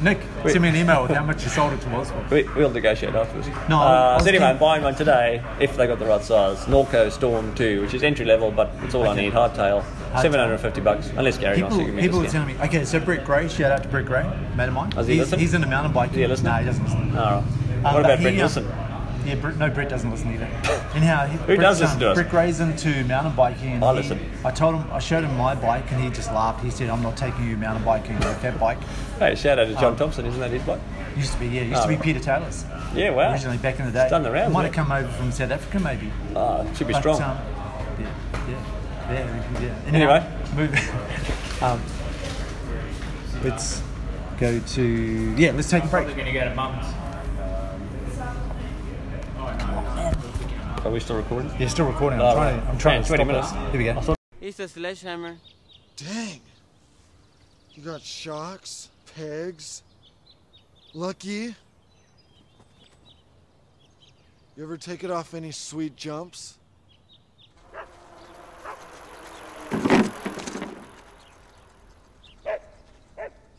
Nick, send me an email with how much you sold it to us for.
We, we'll negotiate afterwards.
No, I
Uh,
was
so anyway, I'm
thinking-
buying one today if they got the right size. Norco Storm 2, which is entry level, but it's all I
Okay.
need. Hardtail, 750 bucks. Unless Gary wants to
People,
give me
people
a
were
discount.
telling me. Okay, so Brett Gray, shout out to Brett Gray, mate of mine.
Does he
he's,
listen?
he's into mountain biking.
Does he listen?
No, he doesn't listen.
All right.
Um,
what
but
about
he,
Brett
uh,
Wilson?
Yeah, Brett, no, Brett doesn't listen either.
*laughs*
Anyhow, he- Brett,
does listen to us?
Brett Gray's into mountain biking. And
I
he-
listen.
I told him, I showed him my bike, and he just laughed. He said, "I'm not taking you mountain biking with that bike."
Hey, shout out to
uh,
John Thompson. Isn't that his bike?
Used to be, yeah, used to be
Oh.
Peter Taylor's
Yeah, wow.
originally back in the day.
done the rounds,
Might have
hasn't
come over from South Africa, maybe.
Ah, it should be
But,
strong.
um, yeah, yeah, yeah, yeah.
Anyway.
move. *laughs* um, let's go to yeah. Let's take a break.
Probably going to get a bump.
Are we still recording?
Yeah, still recording. I'm
Oh,
trying. To, I'm trying
man,
to
20
stop
minutes.
this. Here we go.
He's a sledgehammer.
Dang. You got shocks, pegs. Lucky. You ever take it off any sweet jumps?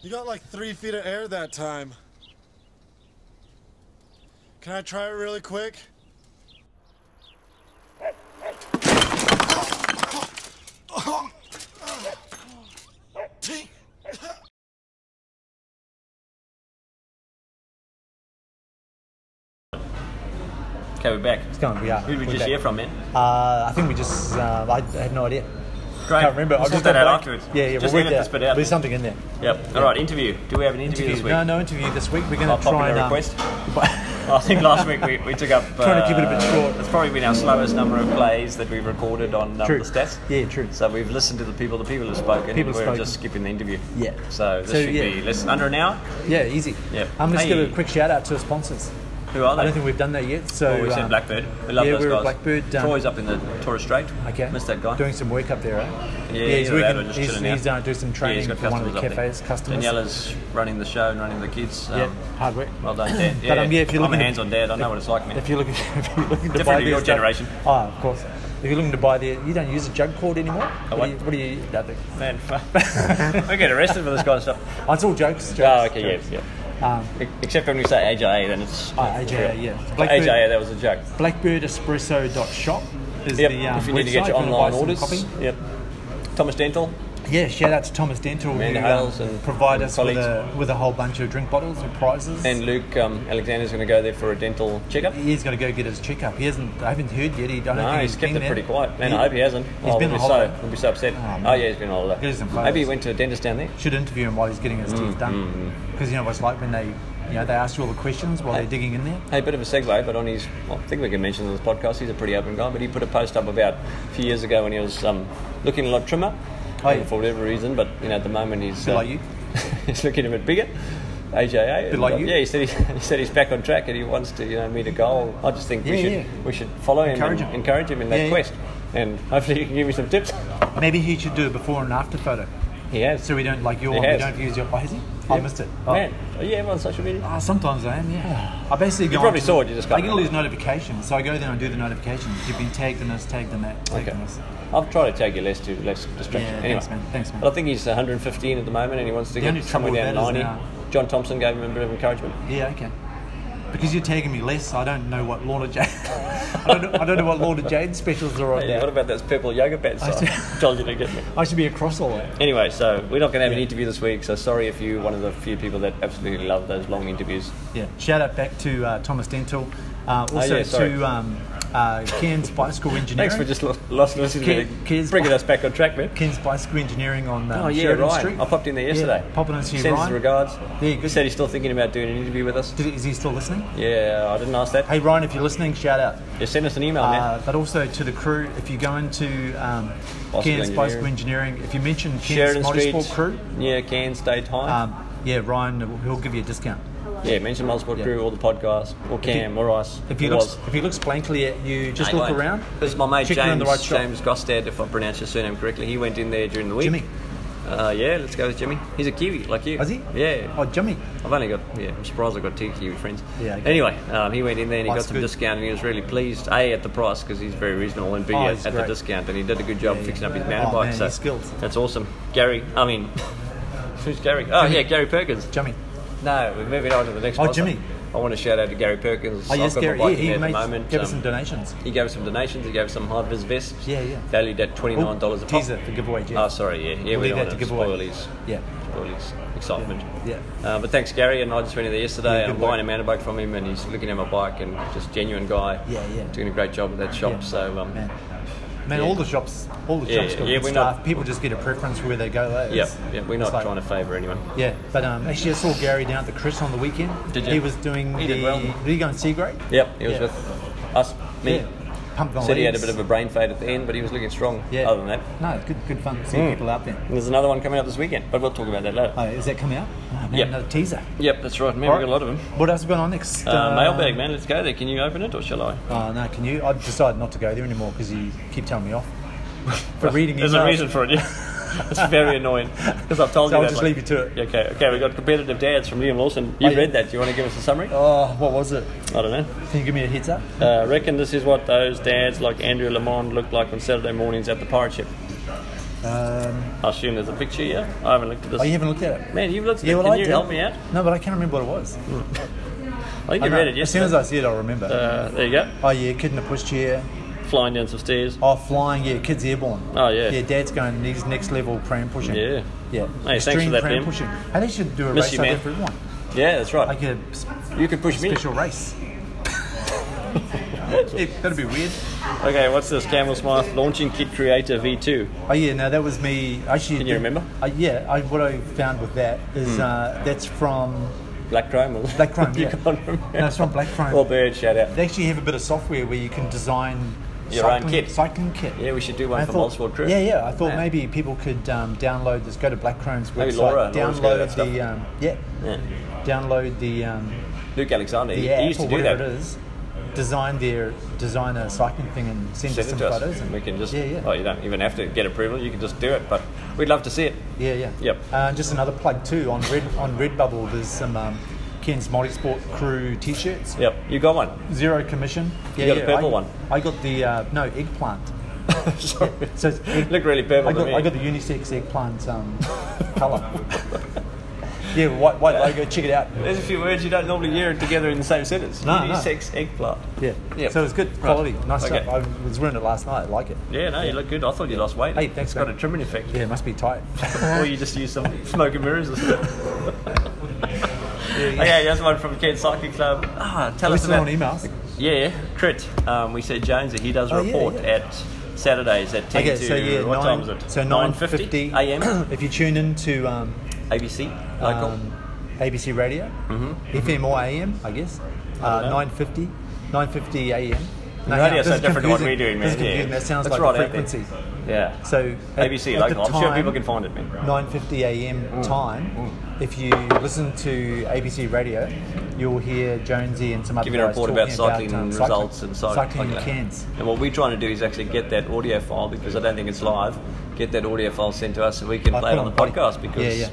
You got like three feet of air that time. Can I try it really quick?
Okay, we're back.
It's going. We are.
Who did we
We're
just
back.
hear from, man?
Uh, I think we just. Uh, I had no idea.
Great.
I can't remember.
Let's
I've just got
sort that out
back.
afterwards.
Yeah, yeah.
Just
we'll work
leave it to
that.
spit out.
There's something in there.
Yep. All right, interview. Do we have an interview, this week?
No, no interview this week. We're going
I'll
to
pop
try
in
and.
a
um,
request.
*laughs*
I think last week we, we took up. uh,
Trying to keep it a bit short.
It's probably been our slowest number of plays that we've recorded on um,
True.
the stats.
Yeah, true.
So we've listened to the people, the people have spoken,
People
and
have
we're
spoken.
just skipping the interview.
Yeah.
So this
So,
should
yeah.
be less under an hour.
yeah, easy.
Yeah.
I'm just
Hey.
give a quick shout out to our sponsors.
Who are they?
I don't think we've done that yet. So
Oh, we said
um,
Blackbird. We love
yeah,
those
we were
guys.
Blackbird, um,
Troy's up in the Torres Strait.
Okay.
Missed that guy.
Doing some work up there, right?
yeah,
he's
either that
working.
or just
he's
chilling out.
he's uh, doing some
Yeah, he's
training
got
for one of the
customers up there.
cafes, customers.
Daniela's running the show and running the kids. Um,
yeah, hard work.
Well done, Dad. Yeah,
um, yeah, if you're
I'm a
looking to-
hands-on dad. I know what it's like, man.
If you're looking, *laughs* if you're looking to buy
Different to
their
your
stuff-
generation.
Ah, of course. If you're looking to buy the, you don't use a jug cord anymore.
what?
do you, what do you? Nothing. *laughs*
Man, fuck. *laughs* I get arrested for this kind of stuff.
Oh, it's all jokes. jokes
Oh, okay,
jokes.
yes, yeah.
Um,
E- Except when we say AJA, then it's.
Ah, AJA, yeah.
AJA,
Blackbird-
that was a joke.
BlackbirdEspresso.shop is
Yep,
the um,
if you need to get
website
your
if you wanna buy
online
some
orders.
copy.
Yep. Thomas Dental.
Yeah, shout out to Thomas Dental who
Amanda
um,
Hales and-
provide
and
us with a,
colleagues.
with a whole bunch of drink bottles and prizes.
And Luke um, Alexander's going to go there for a dental checkup.
he's going to go get his checkup. He hasn't. I haven't heard yet. He, I don't
No,
think
he's kept
been
it
there.
pretty quiet. Man,
He-
I hope he hasn't.
He's
oh,
been on
we'll be so,
holiday.
we'll be so upset.
Oh, man.
Oh, yeah, he's been on holiday.
Get us some photos.
Maybe he went to a dentist down there.
Should interview him while he's getting his
Mm,
teeth done. Because you know what's like when they, you know, they ask you all the questions while
Hey.
they're digging in there.
Hey, bit of a segue, but on his, well, I think we can mention on this podcast, he's a pretty open guy, but he put a post up about a few years ago when he was um, looking a lot trimmer.
Oh, yeah.
For whatever reason, but you know, at the moment he's. uh,
Bit like you.
*laughs* he's looking a bit bigger. AJA. and,
like
uh,
you.
Yeah, he said, he, *laughs* he said he's back on track and he wants to you know, meet a goal. I just think we,
Yeah,
should,
yeah.
we should follow him
Encourage
and
him.
encourage him in
Yeah,
that
yeah.
quest. And hopefully, you can give me some tips. *laughs*
Maybe he should do a before and after photo,
He has.
so we don't like your
He
one.
has.
We don't use your. Oh, has he? I
Yeah.
missed it. Oh.
Man, are you ever on social media?
Ah, sometimes I am, yeah. I basically go
probably
onto-
saw it, you just can't
I get all
remember.
these notifications, so I go there and do the notifications. You've been tagged in this, tagged in that, tagged in this.
I've tried to tag you less to less distraction.
Yeah,
anyway,
thanks, man. Thanks, man.
But I think he's 115 at the moment, and he wants to
only
get
trouble
somewhere
with
down
that is uh,
90.
now-
John Thompson gave him a bit of encouragement.
Yeah, okay. Because you're tagging me less, I don't know what Lorna Jade. *laughs* I, don't know, I don't know what Lorna Jade specials are on
Yeah. What
there.
about those purple yoga pants? I
see.
*laughs* told you to get me.
I should be across all that.
Anyway, so we're not going to have an interview this week. So sorry if you're one of the few people that absolutely love those long interviews.
Yeah. Shout out back to uh, Thomas Dental, uh, also
Oh, yeah, sorry.
to um, uh, Cairns Bicycle Engineering.
Thanks for just lo- lost listening
Kid-
to the-
kids-
bringing us back on track, man.
Cairns Bicycle Engineering on um,
Oh yeah,
Sheridan
Ryan.
Street.
I popped in there
Yeah,
yesterday.
popping into you,
Sends his
Ryan.
regards.
Yeah,
He
good.
said he's still thinking about doing an interview with us.
Did he- Is he still listening?
Yeah, I didn't ask that.
Hey Ryan, if you're listening, shout out.
Just send us an email, man.
Uh, but also to the crew, if you go into um,
Bicycle
Cairns Bicycle Engineering, if you mention Cairns
Sheridan Street.
Motorsport Crew,
Yeah, Cairns Day Time.
um, yeah, Ryan, he'll give you a discount.
yeah, mention Motorsport
yeah.
Crew or the podcast or Cam or us.
If he
or
looks,
us.
if he looks blankly at you, just
Hey,
look
mate,
around.
This is my mate
check
James,
in the right shop.
James Gostad, if I pronounce his surname correctly. He went in there during the week.
Jimmy.
Uh, yeah, let's go with Jimmy. He's a Kiwi, like you.
Is he?
Yeah.
Oh, Jimmy.
I've only got, yeah, I'm surprised I've got two Kiwi friends.
Yeah, okay.
Anyway, um, he went in there and he
That's
got some
good.
discount and he was really pleased, A, at the price because he's very reasonable, and B,
Oh,
at,
he's
at the
great.
discount. And he did a good job
yeah.
fixing up his mountain
Oh,
bike.
man,
so
he's skilled.
That's awesome. Gary, I mean, *laughs* who's Gary? Oh, yeah, Gary Perkins.
Jimmy.
No, we're moving on to the next
Oh,
one.
Jimmy.
I want to shout out to Gary Perkins.
Oh,
I've
yes,
got my
Gary. Yeah,
bike in there
he
at the
made,
moment,
gave
um,
us some donations.
He gave us some donations. He gave us some high vis vests.
Yeah, yeah.
Valued at twenty
Oh,
nine dollars a pop.
teaser for giveaway, Jeff.
Oh, sorry. Yeah, yeah.
We'll
we
leave
don't
that
want
to give away.
spoil his,
Yeah.
spoil his excitement.
Yeah.
Uh, but thanks, Gary. And I just went in there yesterday.
Yeah,
and
good
I'm
work.
buying a mountain bike from him, and he's looking at my bike and just genuine guy.
Yeah, yeah.
Doing a great job at that shop.
Yeah.
So um,
Man, man
Yeah.
all the shops, all the
Yeah,
shops
yeah,
got
yeah,
good
we're
stuff.
not-
People just get a preference where they go. though.
yeah,
It's-
yeah. We're
it's
not
like-
trying to favour anyone.
Yeah, but um, actually, I saw Gary down at the Chris on the weekend.
Did you?
He was doing
He
the.
did well.
Did he go in C grade?
Yep. He was
Yeah.
with us. Me.
Yeah. Pumped on
Said he had a
leaves.
bit of a brain fade at the end, but he was looking strong.
Yeah.
Other than that.
No, good, good fun seeing
Mm.
people out there.
And There's another one coming up this weekend, but we'll talk about that later.
Oh, is that coming out? Oh, man,
Yeah.
Another teaser.
Yep, that's right. Man,
All
we've got a lot of them.
What else we got on next?
Uh, mailbag, man. Let's go there. Can you open it or shall I?
Oh, no, can you? I've decided not to go there anymore because you keep telling
*laughs*
me off for reading
There's a
emails.
reason *laughs* for it.
*laughs*
Yeah. it's very annoying because I've told
So
you.
I'll
that,
just
like-
leave you to it.
Yeah, Okay. Okay. We got competitive dads from Liam Lawson. You
Oh, yeah.
read that. Do you want to give us a summary?
Oh, what was it?
I don't know.
Can you give me a heads up?
Uh, reckon this is what those dads like Andrew Lamond looked like on Saturday mornings at the pirate ship.
Um,
I assume there's a picture here. I haven't looked at this.
oh, you haven't looked at it?
Man, you've looked at
Yeah,
it.
well,
Can
I
you
did.
help me out?
No, but I can't remember what it was.
I think
I
you
know.
read it
As soon as
yesterday.
I see it, I'll remember.
Uh, there you go.
oh, yeah, kid in a pushchair.
Flying down some stairs.
Oh, flying, yeah, kid's airborne.
Oh, yeah.
Yeah, dad's going next, next level pram pushing.
Yeah.
Yeah.
thanks for
Extreme
that,
pram
Ben.
pushing. Hey, they should do a
Miss
race
you,
out there
man.
for everyone.
Yeah, that's right.
Like a s-
you could push me.
special race. *laughs* yeah, that'd be weird.
Okay, what's this? Camel Smith launching Kit Creator V2.
Oh yeah, no, that was me. Actually,
Can you remember?
Uh, yeah, I, what I found with that is uh, that's from
Black Chrome or
Black Chrome.
*laughs* you
yeah.
can't remember.
No, it's from Black Chrome.
Or Bird, shout out.
they actually have a bit of software where you can design
Your own
cycling,
kit.
cycling kit.
Yeah, we should do one
I
for
thought-
Multiple Crew.
Yeah, yeah. I thought
Yeah.
maybe people could um, download this. Go to Black Chrome's
Maybe
website.
Laura- Laura's got that
download the um, yeah,
Yeah.
Download the um,
Luke Alexander,
the
he,
app
he used
or
to do
whatever
that.
it is. Design their design a cycling thing and send,
Send
us
it
some
to
photos.
us.
and-
We can just,
yeah, yeah,
oh, you don't even have to get approval, you can just do it, but we'd love to see it.
yeah, yeah.
Yep.
Uh, just another plug too on Red on Redbubble. There's some um, Ken's Multisport Crew T-shirts.
Yep, you got one.
Zero commission.
You got a purple
I,
one?
I got the uh, no eggplant. So
Sorry. *laughs*
it's egg-
Look really purple
I
to
got,
me.
I got the unisex eggplant um,
*laughs*
colour. yeah, white, white logo. Check it out.
There's a few words you don't normally hear together in the same sentence.
No, no.
Unisex eggplant.
Yeah.
Yep.
So it's good quality. Nice
Okay.
stuff. I was wearing it last night. I like it.
Yeah, no, you look good. I thought you lost weight.
Hey, thanks,
It's got
mate.
a trimming effect.
Yeah, it must be tight.
or you just use some smoke and mirrors or something.
*laughs* yeah.
Okay, here's one from Kent Cycling Club. Ah, tell
We're
us
still
about
on emails.
Yeah, Crit. Um, we said Jones that he does a
Oh, yeah,
report
yeah.
at Saturdays at 10
Okay,
to
so yeah,
what
nine,
time is it?
so
9.50
9.50 *coughs*
a.m.
if you tune in to um,
ABC, local. Mm-hmm.
um, ABC Radio, FM or AM, I guess, uh,
know.
9.50, 9.50 AM. No,
Radio
this
so
is
different to what
confusing.
we're doing,
This is
man, yeah.
confusing. That sounds like
That's right
a
out there.
frequency.
yeah.
So at-
ABC
at the
local. I'm sure
time-
people can find Mm. it, man.
9:50 a.m. time. If you listen to ABC Radio, you'll hear Jonesy and some other
Giving a
guys
report
talking
about cycling
um, cycling-
results and so
cycling
like that.
cans.
And what we're trying to do is actually get that audio file because I don't think it's live. Get that audio file sent to us so we can
I
play
put
it on the
on-
podcast because
Yeah, yeah.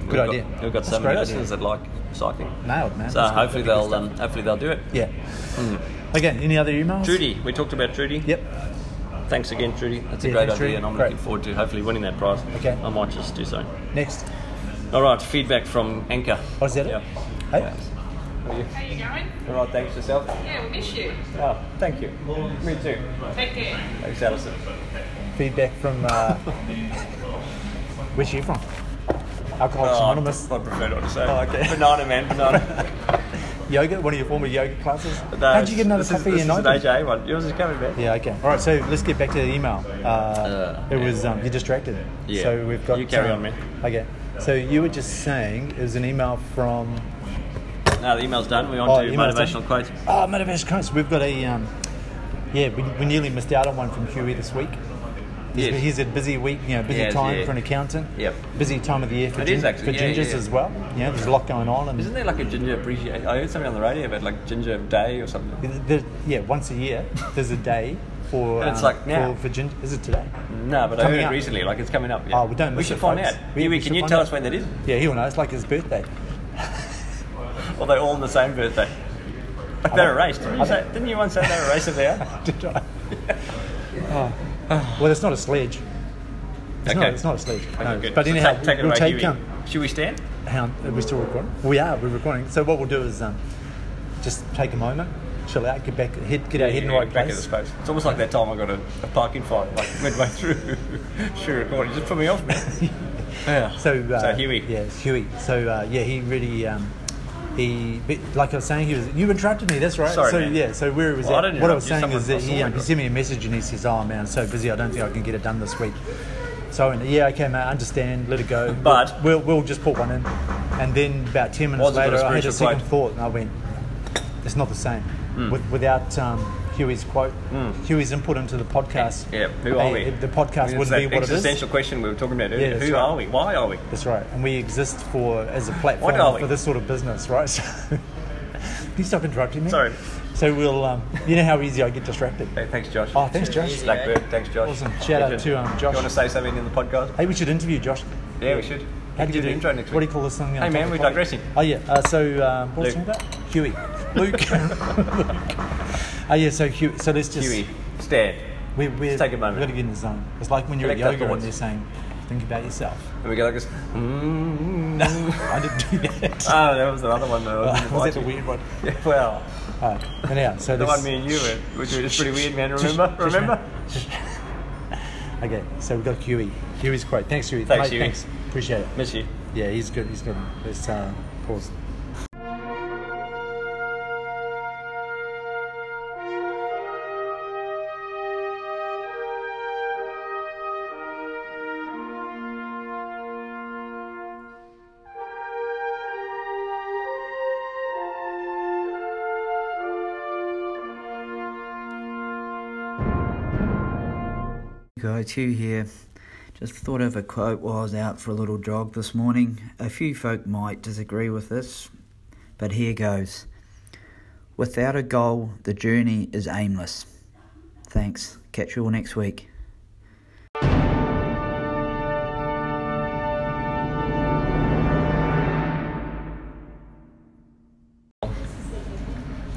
we've
Good
got-
idea.
We've got
That's
so
a
many
great
listeners
idea.
that like cycling.
Nailed, man.
So
That's good. That'd
hopefully
be
they'll
good
um, hopefully they'll do it.
Yeah.
Hmm.
Again, any other emails?
Trudy, we talked about Trudy.
Yep.
Thanks again, Trudy. That's a
Yeah,
great
thanks,
idea,
Trudy.
and I'm
Great.
looking forward to hopefully winning that prize.
Okay.
I might just do so.
Next.
All right, feedback from Anchor.
Oh, is that it?
Yeah.
Hey?
How you going?
All right, thanks yourself.
Yeah, we miss you.
Oh, thank you. Me too.
Take care.
Thanks, Alison.
Feedback from.
*laughs*
Uh, where's she from? Alcoholics
Oh,
Anonymous.
I prefer not to say.
Oh, okay.
Banana man, banana.
Yoga. One of your former yoga classes.
No,
How'd you get another
this is,
coffee
this
in
is an
Nigel?
AJ one. Yours is coming back.
Yeah, okay. All right, so let's get back to the email. Uh, it was um, you're distracted.
Yeah.
So we've got.
You carry
um,
on, man.
Okay. So you were just saying it was an email from.
Now the email's done. We're on
Oh,
to
email's
motivational
done.
quotes.
Oh, motivation coach. We've got a. Um, yeah, we, we nearly missed out on one from Huey this week. He's,
Yes.
he's a busy week, you know, busy
Yes,
time
yeah.
for an accountant.
Yep.
Busy time of the year for,
It is
gin-
actually,
for
yeah, yeah,
gingers
yeah.
as well. Yeah, there's a lot going on, and
Isn't there like a ginger appreciation? I heard something on the radio about like ginger day or something.
there- yeah, once a year there's a day for.
And it's
um,
like now.
for, for gin- Is it today?
No, but I
Coming
heard
up.
recently, like it's coming up. Yeah.
Oh, we don't
We
miss
should
it,
find
folks.
out.
We-
Kiwi,
we
can
should
you
find
tell
out.
us when that is?
Yeah, he'll know. It's like his birthday. *laughs*
Or they're all on the same birthday. Like
Oh,
they're erased. Didn't you, say, didn't you once say they're erased if they are?
Did I? Oh. Well, it's not a sledge. It's
Okay.
Not, it's not a sledge. no.
Okay, good.
But
So
anyhow,
take, take it
we'll
away,
take
Kiwi.
um,
Should we stand?
How are we still recording? We are. We're recording. So what we'll do is um, just take a moment, chill out, get back, head, get our head in the right
back
place.
at the space. It's almost like that time I got a, a parking
*laughs*
fine like midway through. sure, recording just put me off, man. *laughs* yeah.
So, uh,
So Huey.
Yeah, it's Huey. So uh, yeah, he really. Um, he, but like I was saying, he was. You interrupted me. That's right.
Sorry,
so
man.
yeah. So where he was
Well, I
at,
didn't
what I was
interrupt
saying
you.
is that
Someone
he,
else.
um, he sent me a message and he says, "Oh man, I'm so busy. I don't think I can get it done this week." So I went, yeah, okay, mate. Understand. Let it
*laughs*
go.
But-
we'll we'll, we'll just put one in, and then about ten minutes
Was it got a
later, I had a
spiritual
second thought,
quote? Hmm.
and I went, "It's not the same." With, without um, Huey's quote, Huey's input into the podcast,
Yeah, who are we?
eh, The podcast
It's
wouldn't
that
be what it is.
existential question we were talking about
Yeah,
earlier.
that's
Who
right.
are we? Why are we?
That's right, and we exist for as a platform
are we?
for this sort of business, right? *laughs* So, can you stop interrupting me?
Sorry.
So we'll, um, you know how easy I get distracted.
Hey, thanks, Josh.
Oh, thanks, Josh.
Blackbird, thanks, Josh.
Awesome. Shout out to, um,
Do
Josh.
you want to say something in the podcast?
Hey, we should interview Josh.
Yeah, we should.
How do you
do
do?
an intro next week?
What do you call this thing? uh,
Hey, man,
topic
we're
pod-
digressing.
Oh yeah. Uh, so um, what was I
Luke.
talking about? Huey, Luke.
*laughs*
oh yeah. So Huey. So let's just
Huey, stand.
We're, we're,
Let's take a moment.
We've got to get in the zone. It's like when you're
Collect our
at yoga and
thoughts.
they're saying, "Think about yourself."
And we go like this. Mm.
I didn't do that.
*laughs* Oh, that was another one. Though.
*laughs* was that the weird one?
*laughs* Yeah, well,
Uh, anyhow, so
the
let's-
one me and you were, which was pretty weird, man.
Just-
Remember?
just-
Remember?
*laughs* Okay, so we've got Huey. Huey's quote. Thanks, Huey. Mate,
Thanks, Huey.
Thanks. Appreciate it.
Miss you.
Yeah, he's good. He's good. Let's uh, pause.
Guys, Hugh here. Just thought of a quote while I was out for a little jog this morning. A few folk might disagree with this, but here goes. Without a goal, the journey is aimless. Thanks. Catch you all next week.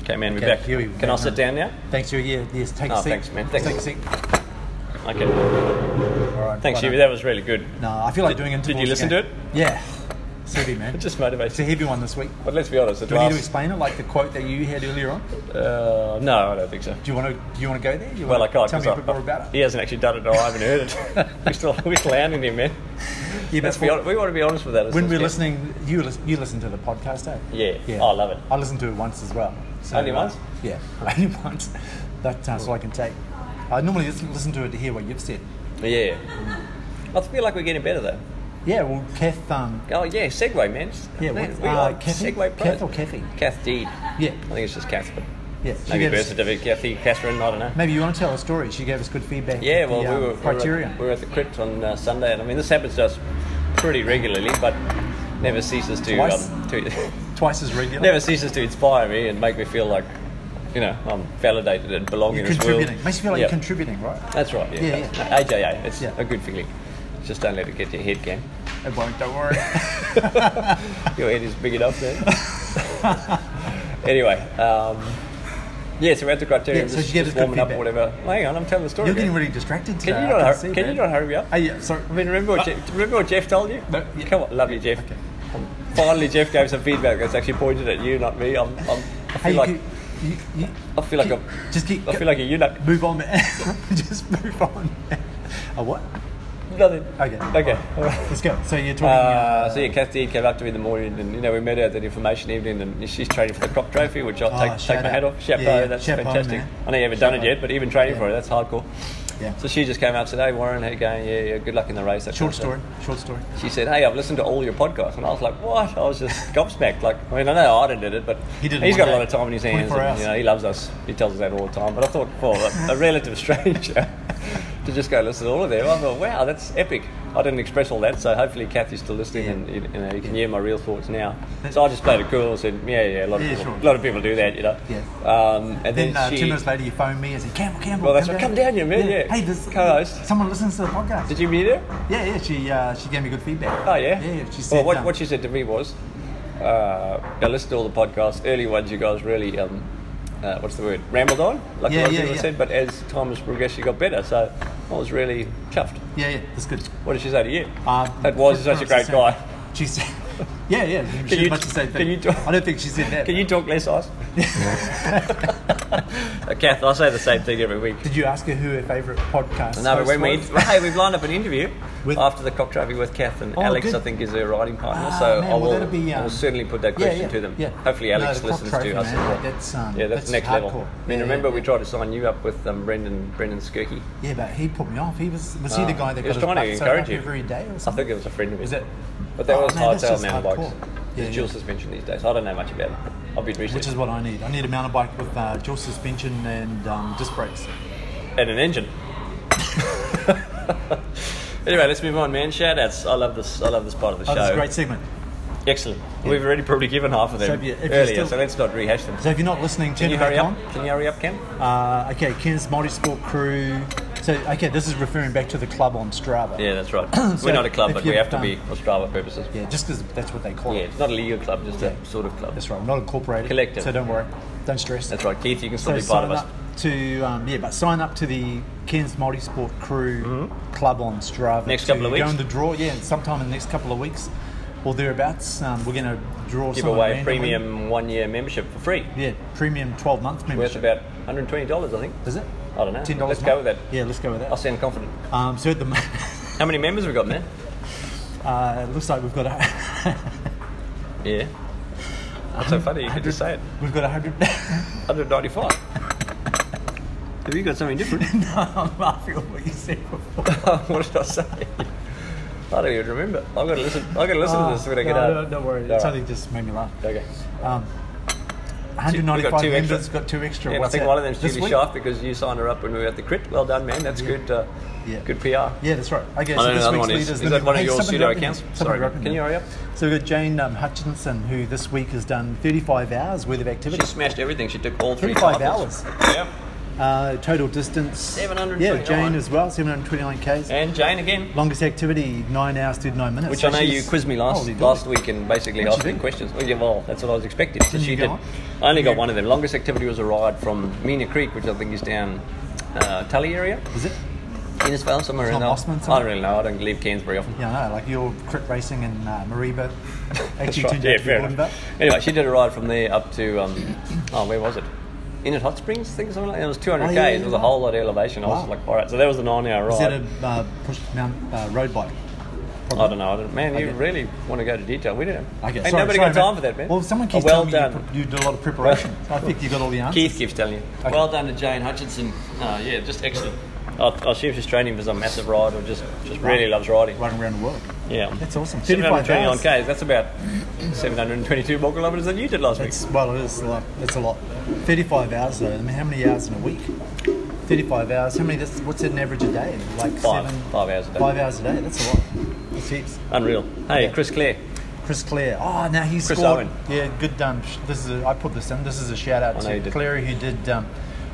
Okay, man, we're
Okay,
back.
Huey,
Can I
back,
sit
man.
down now?
Thanks, Huey. Yeah, yes, take
Oh,
a seat.
thanks, man.
Take a
Thanks.
seat.
Okay.
All right.
Thanks,
why
Huey.
not?
That was really good.
No, I feel like doing
did you
intervals
listen
again.
to it?
Yeah. It's heavy, man.
It
It's
just motivates
a
you.
heavy one this week.
But let's be honest, it
Do we need to
lasts.
explain it, like the quote that you had earlier on?
Uh, no, I don't think so.
Do you want to? Do you want to go there? You
Well, I
wanna
can't.
Tell me
'cause
a bit
I-
more about
He
it.
hasn't actually done it, or I haven't heard it. *laughs* we're still, we're still hounding him, man.
Yeah,
Let's be honest, we want to be honest with that.
When we're listening, you lis- you listen to the podcast, eh?
Yeah. Oh, I love it.
I listened to it once as well. So,
Only
uh,
once?
Yeah, *laughs* only once. That uh, so I can take. I normally just listen to it to hear what you've said.
Yeah. I feel like we're getting better though.
Yeah, well, Kath. Um,
Oh yeah, Segway man.
Yeah,
man,
what-
we
uh,
like
Kathy?
Segway Pro.
Kath or Kathy?
Kath Deed.
yeah,
I think it's just Kath, but
yeah.
maybe birth
us,
certificate, Kathy, Catherine, I don't know.
maybe you want to tell a story. She gave us good feedback.
Yeah,
with
well,
the, um,
we, were,
criteria.
We, were, we were at the crypt on uh, Sunday, and I mean, this happens to us pretty regularly, but never ceases to
Twice?
um, to
Twice as regular.
never ceases to inspire me and make me feel like you know I'm validated and belong
You're
in this world.
contributing. Makes you feel like
Yeah.
you're contributing, right?
That's right. Yeah,
Yeah,
yeah. AJA. It's
Yeah.
a good feeling. Just don't let it get to your head, gang.
It won't. Don't worry.
Your head is big
*laughs*
enough then. anyway, um, yeah, so we're at the criteria,
Yeah, so
just,
she gave
just
us good
warming up or
feedback.
whatever. Hang on, I'm telling the
*laughs*
story.
You're getting
man.
really distracted today.
can you
I
not hurry,
see
can
that.
you not hurry up?
Oh, yeah. Sorry.
I mean, remember what, Jeff, remember what Jeff told you?
No, yeah.
Come on, love you, Jeff. Um,
Okay.
Finally, Jeff gave some feedback that's actually pointed at you, not me. I'm, I'm, I feel
Hey, you
like
keep- you, you,
I feel like
keep-
a-
just keep.
I feel like a eunuch.
Move on, man. *laughs* just move on. Man. A what?
Nothing.
Okay.
Okay. All right.
Let's go. So you're talking.
Uh,
Uh,
so yeah, Kathy came up to me in the morning, and you know we met her at that information evening, and she's training for the Crop Trophy, which I'll
Oh,
take, take
shout
my
out.
hat off. Chapeau,
Yeah, yeah,
that's
chapeau,
fantastic.
man.
I know you haven't done it yet, but even training for it, that's hardcore.
yeah.
So she just came up and said, "Hey Warren, how you going? Yeah, yeah, good luck in the race." that
Short
kind of
story. Short story.
stuff. She said, "Hey, I've listened to all your podcasts," and I was like, "What?" I was just gobsmacked. Like, I mean, I know I didn't did it, but
He did it
He's
one
got a lot
day.
of time in his hands.
24
and,
hours.
you know, he loves us. He tells us that all the time. But I thought, well, a, a relative stranger *laughs* to just go listen to all of them. I thought, wow, that's epic. I didn't express all that, so hopefully Kathy's still listening and you, you, know, you can hear my real thoughts now. So I just played it cool and said, yeah, yeah, a lot of,
Yeah,
people,
sure.
a lot of people do that, you know.
Yeah.
Um, and then,
Then uh,
she,
two minutes later, you phone me and say, Campbell, Campbell.
Well, that's right. Come down here, man, yeah.
Hey, this
Co-host.
Someone listens to the podcast.
Did you meet her?
Yeah, yeah. She uh, she gave me good feedback.
Oh yeah.
Yeah, she
Well,
said.
what,
um,
what she said to me was, uh, I listened to all the podcasts, early ones. You guys really, um, uh, what's the word, rambled on, like
Yeah,
a lot
yeah,
of people
yeah.
said. But as time has progressed, you got better. So I was really chuffed.
yeah, yeah. That's good.
What did she say to you?
Uh,
that was such a great guy.
*laughs* She
*laughs*
said. Yeah, yeah. She
you-
must have said that.
can you talk-
I don't think she said that.
Can you talk less, Ice? Uh, Kath, I say the same thing every week.
*laughs* Did you ask her who her favourite podcast?
No, but
host
when we
was?
hey, we've lined up an interview
With-
after the cock trophy with Kath and
Oh,
Alex.
good.
I think is her writing partner,
Ah,
so
man,
I
well,
will,
that'd be,
I will
um,
certainly put that
Yeah,
question
yeah,
to them.
yeah.
Hopefully,
No,
Alex
the cock
listens
trophy,
to us.
man,
as well.
that's, um,
yeah, that's,
that's
next level.
hardcore.
I mean,
Yeah,
remember
yeah,
we
yeah.
tried to sign you up with um, Brendan Brendan Skirky.
Yeah, but he put me off. He was was
Ah,
he the guy that
he
got
was trying to
his butt
encourage
so
you.
up every day or
I
something?
think it was a friend of his.
Is it?
But that
Oh,
was
man, that's
hardtail
just
mountain bikes.
hardcore.
Yeah,
Yeah,
It's
yeah.
dual suspension these days. I don't know much about it. I've been researching.
Which is what I need. I need a mountain bike with uh, dual suspension and um, disc brakes.
and an engine. *laughs* anyway, let's move on, man. Shout outs. I love this. I love this part of the
Oh,
show.
that's a great segment.
Excellent. We've already probably given half of them
So if you- if you
earlier,
still-
so let's not rehash them.
So if you're not listening, turn
Can you
it
hurry
back
up? Can you hurry up, Ken?
on. Uh, okay, Ken's multi-sport crew. So okay, this is referring back to the club on Strava.
Yeah,
*clears throat*
that's right.
So
We're not a club,
if
but we
you've
have to
done-
be for Strava purposes. Yeah.
Yeah, just because that's what they call it.
it's not a legal club, just a sort of club.
That's right. We're not incorporated.
Collective.
So don't worry. Don't stress.
That's right, Keith. You can still
So
be part of
sign
us.
up to um, yeah, but sign up to the Cairns Multi Sport Crew Club on Strava.
Mm-hmm. Next
to
couple of
Go
weeks.
in the draw, yeah, sometime in the next couple of weeks or thereabouts. Um, we're going to draw
Give
someone
away a
randomly.
premium one-year membership for free,
Yeah, premium twelve month
worth
membership.
about 120 dollars, I think.
Is it?
I don't know.
Ten dollars.
Let's go with that.
Yeah, let's go with that.
I sound confident.
Um, so at the mo-
How many members have we got, man?
*laughs* uh, it looks like we've got a *laughs*
Yeah. That's so funny. You could just say it.
we've got a hundred. *laughs*
195. have you got something different?
*laughs* no, I'm laughing at Um, what you said before.
*laughs* what did I say? I don't even remember. I've got to listen. I've got to listen to this when
Oh, no,
I get out.
no, don't worry.
All
It's
right.
only just made me laugh.
Okay.
Um,
We've got
195
two
members
extra.
got two extra.
Yeah, and I
What's
think
that?
one of them's
This
Julie
week?
Schaaf because you signed her up when we were at the crit. Well done, man. That's good. Uh,
Yeah.
Good PR.
Yeah, that's right. Okay, so
I don't know
this
the other
week's
one is.
leaders.
Is
let
that
me-
one of
hey,
your
somebody
pseudo
wrap me-
accounts?
somebody
Sorry.
wrap me
Can you
up.
hurry up?
So we've got Jane um, Hutchinson, who this week has done 35 hours worth of activity.
She smashed everything. She took all three.
35
titles.
hours.
Yeah.
Uh, total distance.
729.
Yeah, Jane as well, 729 Ks.
And Jane again.
Longest activity, 9 hours, 39 minutes.
Which
So
I know you
she's-
quizzed me last
Holy
last
moly.
week and basically
What'd you
asked me
do?
questions. Well, yeah, well, that's what I was expecting. So
Didn't
she
you
did.
go on?
I only got
Yeah.
one of them. Longest activity was a ride from Mina Creek, which I think is down uh, Tully area,
Is it?
Innisfail somewhere.
It's
in
not
there.
Osman
I don't
somewhere?
really know. I don't leave Cairns very
*laughs*
often.
Yeah, no, like your crit racing in uh,
*laughs*
Mariba
That's
actually
right.
turned
Yeah,
out to be
fair
Wollumba.
enough. Anyway, she did a ride from there up to um, oh, where was it? In at Hot Springs, I think something like that. It was 200
Oh,
k's.
yeah, yeah,
It was
yeah.
a whole lot of elevation. I was
Wow.
like, all right. So that was a nine-hour
Is
ride.
that a uh, push mount uh, road bike?
I don't know. I don't, man, you
Okay.
really want to go to detail. We didn't.
Okay,
Ain't
sorry,
nobody
sorry,
got
mate.
time for that, man.
Well, someone
Oh,
keeps
well
telling
done.
me you, pr- you did a lot of preparation.
*laughs*
so I think you got all the answers.
Keith keeps telling you. Well done to Jane Hutchinson. Uh, yeah, just excellent. I, I assume she's training for some massive ride or just, just really loves riding.
Riding around the world.
Yeah.
That's awesome. 35
729
hours.
Ks. That's about 722 more kilometres than you did last week.
It's, well, it is a lot. It's a lot. 35 hours, though. I mean, how many hours in a week? 35 hours. How many? That's, what's an average a day? Like
Five.
seven?
Five hours a day.
Five hours a day. That's a lot. That's heaps.
Unreal. Hey,
Yeah.
Chris Clare.
Chris Clare. Oh, now he's
Chris
scored.
Owen.
Yeah, good done. Sh- This is. A, I put this in. This is a shout out
I know you
to
did.
Clary who did um,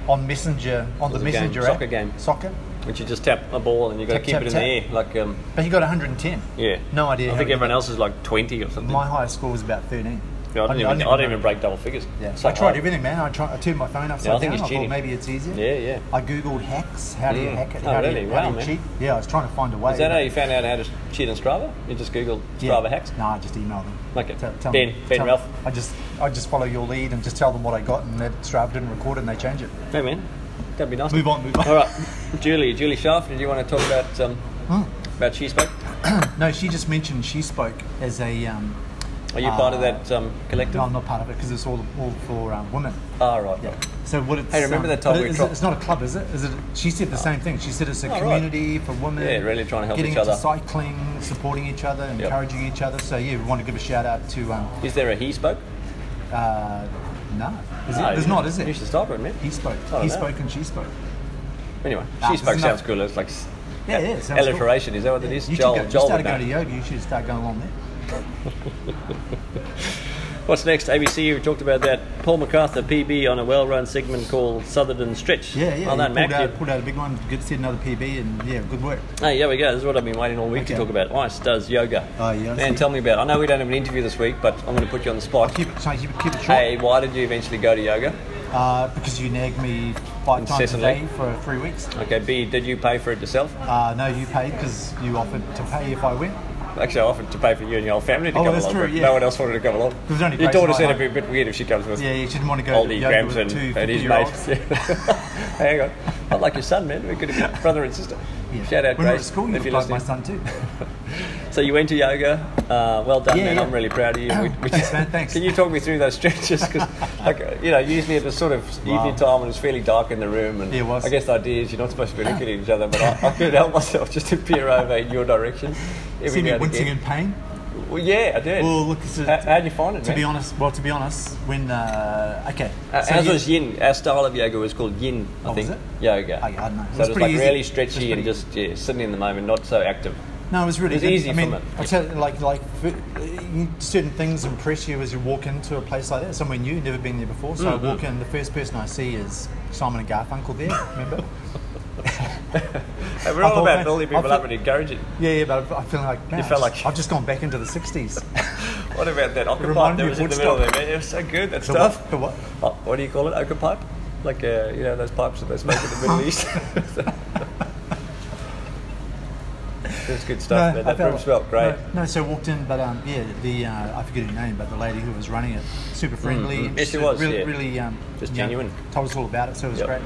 on Messenger on the
was a game,
Messenger app.
soccer game.
Soccer.
Which you just tap a ball and you've got
Tap,
to keep
tap,
it in
tap.
the air. Like, um,
But he got 110.
yeah.
No idea
I
how
think
he-
everyone else is like 20 or something.
My highest score was about 13.
Yeah, I didn't, even, I didn't even break double figures.
Yeah,
So
I tried
hard.
everything, man. I tried. I turned my phone upside
Yeah, I think
down.
it's
I thought
cheating.
maybe it's easier.
Yeah, yeah.
I googled hacks. How do you
Mm.
hack it?
Oh,
How do
really?
you, how
Wow,
do you
man.
cheat? Yeah, I was trying to find a way.
Is that
but-
how you found out how to cheat on Strava? You just Googled
Yeah.
Strava hacks?
No, I just emailed them.
Okay.
Tell,
Ben,
them-
Ben
tell-
Ralph.
I just, I just follow your lead and just tell them what I got, and that Strava didn't record it, and they change it.
Hey man, that'd be nice.
Move on, move on.
All right, Julie, Julie Shaft, did you want to talk about um,
Hmm.
about she spoke?
*laughs* No, she just mentioned she spoke as a. Um,
Are you part
Uh,
of that um, collective?
no, I'm not part of it because it's all, all for um, women.
Ah, right.
Yeah. So what it's
Hey, remember that time
but
we
is it-
dropped-
It's not a club, is it? Is it? She said the same thing. She said it's a
Oh, right.
community for women.
Yeah, really trying to help
getting
each
into
other.
cycling, supporting each other,
Yep.
encouraging each other. So yeah, we want to give a shout out to. Um,
Is there a he spoke?
uh, no, is it?
No,
there's not, is
You
it?
should start it, man.
He spoke.
I don't
He
know.
spoke and she spoke.
Anyway,
Nah,
she
this
spoke
is
South
enough.
School. It's like s-
Yeah, it is. Sounds
alliteration. Is that what it is?
You
Joel.
should go,
Joel
you
would
started
know.
going to yoga. You should start going along there.
What's next? ABC. We talked about that. Paul MacArthur PB on a well-run segment called Southern Stretch.
Yeah, yeah.
Well
you
done, Oh, Mac.
pulled, out, pulled out a big one. Good, said another PB, and yeah, good work.
Hey, here we go. This is what I've been waiting all week to
Okay.
talk about. Ice does yoga.
Oh, yeah.
Man, tell me about. it. I know we don't have an interview this week, but I'm going to put you on the spot.
Keep it, sorry, keep it, keep it short.
Hey, why did you eventually go to yoga?
Uh, because you nagged me five times a
Incessantly.
day for three weeks.
Okay, B, did you pay for it yourself?
Uh, no, you paid because you offered to pay if I went.
Actually, I offered to pay for you and your whole family to
Oh,
come
that's
along.
true,
but
yeah.
No one else wanted to come along.
was only
your
Grace and
daughter
I,
said it'd
huh?
be a bit weird if she comes with.
Yeah, you didn't want to go to
Oldie
yoga with
Gramps
two
and, and his
50-year-olds.
mates. *laughs* Hang on. I like your son, man. We could
*laughs*
have been brother and sister.
Yeah.
Shout
when
out,
we were at
Grace,
school, you
if you're
looked like my
listening.
son
*laughs*
too.
So you went to yoga. Uh, well done,
Yeah,
man.
yeah. Oh,
I'm really proud of you. We- we-
Thanks,
*laughs*
man. Thanks.
Can you talk me through those stretches?
*laughs*
Because, like, uh, you know, usually it was sort of evening time and it was fairly dark in the room. And
Yeah, it was.
I guess the idea is you're not supposed to be looking at each other, but I, I couldn't help myself just
*laughs*
to peer over in your direction. every
See me
now and
wincing
again.
in pain.
Well, yeah, I did.
Well, look, it's a-
how, how'd you find it,
To
man?
be honest, well, to be honest, when uh, okay,
Uh,
so
ours
you-
was yin. Our style of yoga was called yin, I
Oh,
think.
was it?
Yoga.
Oh, yeah, I don't know. It was
So it was
pretty
like
easy.
really
It was
stretchy
pretty-
and just yeah, sitting in the moment, not so active.
No, it was really
It was
good.
easy
I mean,
from it.
I tell you, like like f- you- certain things impress you as you walk into a place like that, somewhere new, never been there before. So
Mm-hmm.
I walk in, the first person I see is Simon and Garfunkel there.
*laughs*
Remember?
And
I
we're all
thought,
about
man,
building
I
people
thought-
up and encouraging.
yeah, yeah. But I feel like man,
You felt
I've just-
like-
I've just gone back into the
*laughs*
'60s.
What about that ocker pipe
reminded
that
me
was in
of
the middle there,
Woodstock.
man? It was so good, that
The
stuff.
what? The what?
Oh, what do you call it? Ocker pipe? Like, uh, you know, those pipes that they smoke in the
*laughs*
Middle East. *laughs* That's good stuff, man.
I
That
felt
room
like-
smelled great.
No, no, so I walked in, but um, yeah, the uh, I forget her name, but the lady who was running it, super friendly.
mm. Yes, she
interested,
was,
Really,
yeah.
really um,
Just
you know,
genuine.
told us all about it, so it was
Yep.
great.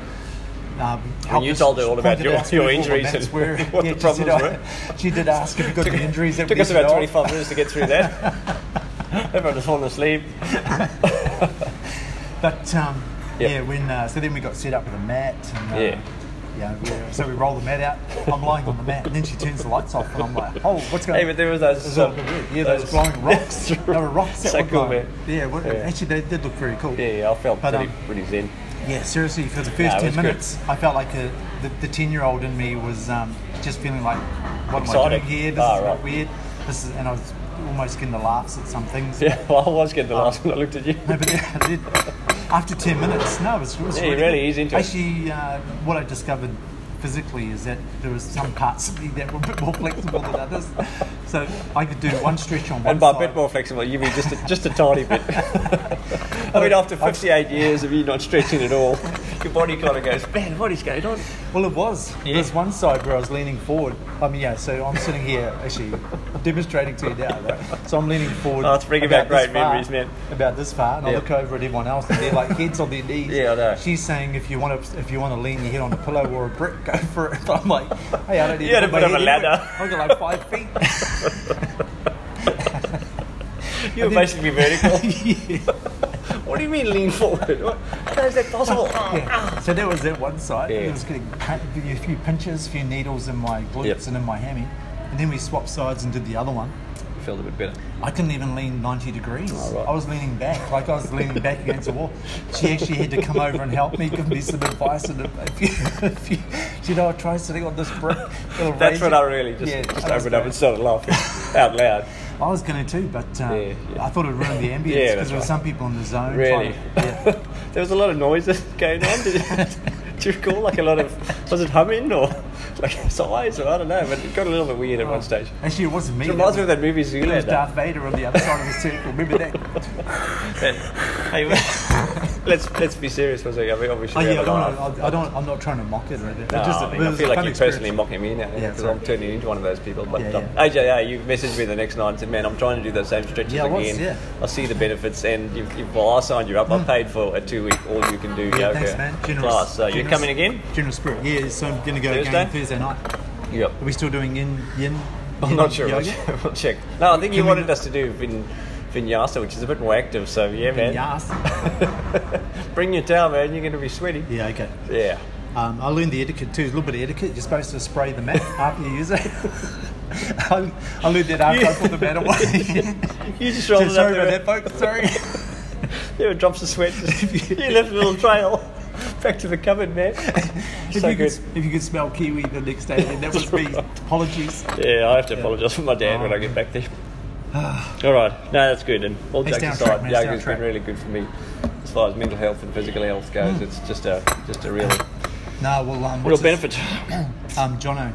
Um,
And
helped
you
us-
told her all about
pointed
your- *laughs*
out where
your
all the
injuries
mats
and *laughs* what the
she
problems
said,
were.
"Oh," *laughs* she did ask
*laughs*
if you got the injuries. That
Took
we
us about
should know.
25 minutes to get
*laughs*
through that. Everyone was falling asleep.
But um,
Yep.
yeah, when uh, so then we got set up with a mat. And, uh,
Yeah.
Yeah, we- so we roll the mat out. I'm lying on the mat, and then she turns the lights off, and I'm like, "Oh, what's going?"
Hey, but there was those.
It's all good, *laughs* yeah, those, glowing
*laughs*
rocks. they were rocks that
so
were
cool,
glowing.
man.
Yeah, well,
Yeah.
actually, they did look very cool.
Yeah, yeah, I felt
But,
pretty,
um,
pretty zen. *laughs*
Yeah, seriously, for the
Nah,
first
it was
10
good.
minutes, I felt like a, the, the 10 year old in me was um, just feeling like, what am I
Excited.
doing here? This
Ah,
is
right.
not weird. This is, and I was almost getting the laughs at some things.
Yeah, well, I was
Oh.
getting the last one. I looked at you.
*laughs* No, but then I did. After 10 minutes, no, it was, it was
Yeah,
really,
it really
good.
is interesting.
Actually, uh, what I discovered physically is that there was some parts of me that were a bit more flexible than others. So I could do one stretch on one
And by a
side.
bit more flexible, you mean just a, just a tiny bit. *laughs* I mean, after 58 years of you not stretching at all, *laughs* your body kind of goes, man, what is going *laughs* on?
Well, it was.
Yeah.
There's one side where I was leaning forward. I mean, yeah, so I'm sitting here actually demonstrating to you now. Right? So I'm leaning forward.
Oh, it's bringing
about
back great
this far-
memories, man.
About this far, and
Yeah.
I look over at everyone else, and they're like heads on their knees.
Yeah, I know.
She's saying if you want to, if you want to lean your head on a pillow or a brick, go for it. *laughs* But I'm like, hey, I don't need
You had
to
a
put
bit
my
of a
head anywhere.
ladder.
I've got like five feet.
*laughs*
*laughs*
You were
did-
basically vertical.
yeah.
*laughs* what do you mean lean forward? What? How is that possible?
Yeah. So that was that one side.
Yeah.
It was getting pin- a few pinches, a few needles in my glutes
Yep.
and in my hammy, and then we swapped sides and did the other one.
*laughs* Felt a bit better.
I couldn't even lean 90 degrees.
right.
I was leaning back, like I was
*laughs*
leaning back against the wall. She actually had to come over and help me, give me some advice. And if *laughs* you, if you, do you know, I tried sitting on this brick. it'll
That's
raise
when
you.
I really just, just
that was
opened up
great.
and started laughing out loud.
I was going to too, but uh,
Yeah, yeah.
I thought it ruined the ambience because
Yeah,
there
that's
were
right.
some people in the zone.
Really?
trying to- yeah.
There was a lot of noises *laughs* going on. Did you, do you recall? Like a lot of, was it humming or like *laughs* sighs or I don't know, but it got a little bit weird at one stage.
Actually, it wasn't me.
*laughs* It reminds
it
me of
was,
that movie
it was
Zoolander.
Darth Vader on the other side of the circle. Remember that?
hey, *laughs* let's let's be serious for a second. I mean, obviously,
Oh,
we
yeah, I
have a
don't,
laugh.
wanna- I, I don't, I'm not trying to mock it. or anything. It
No,
just-
I, mean,
it
I
was a
feel like
fun
you're
experience.
personally mocking me now
Yeah,
because
sorry.
I'm turning into one of those people. But
Yeah,
um,
yeah.
AJR, you messaged me the next night and said, "Man, I'm trying to do those same stretches
Yeah, I was,
again.
yeah. Mm.
I see the benefits, and you've, you've, well, I signed you up. I paid for a two-week all you can do
Yeah,
yoga
thanks, man. Generous.
class. So you're
generous-
coming again?
Generous spirit. Yeah, so I'm going to go again
Thursday?
Thursday night. Are
Yep.
we still doing yin yin?
*laughs* I'm
yin
not sure. We'll
yoga? *laughs*
check. *laughs* We'll check. No, I think you
Can we
wanted
not-
us to do vin- vinyasa, which is a bit more active. So yeah, man.
Yes.
Bring your towel, man. You're going to be sweaty.
Yeah. Okay.
Yeah.
Um, I learned the etiquette too. A little bit of etiquette. You're supposed to spray the mat after you use it. *laughs* I, I learned that after I put the mat
*laughs*
away. *laughs*
You just
so
rolled it up
sorry
there.
about that, folks.
*laughs*
Sorry.
There were drops of sweat. Just, you left a little trail back to the cupboard, man.
If,
so
you
good.
could, if you could smell kiwi the next day, then that was
*laughs*
me. Apologies.
Yeah, I have to apologise for my dad when I get
*sighs*
back there. all right, no, that's good. And all
Hey,
jokes
stay on track,
aside,
man, stay on
yoga's been
track.
really good for me as far as mental health and physical health
Hmm.
goes. It's just a just a real
No, well, um,
real
what's his-
benefit.
Um, Jono,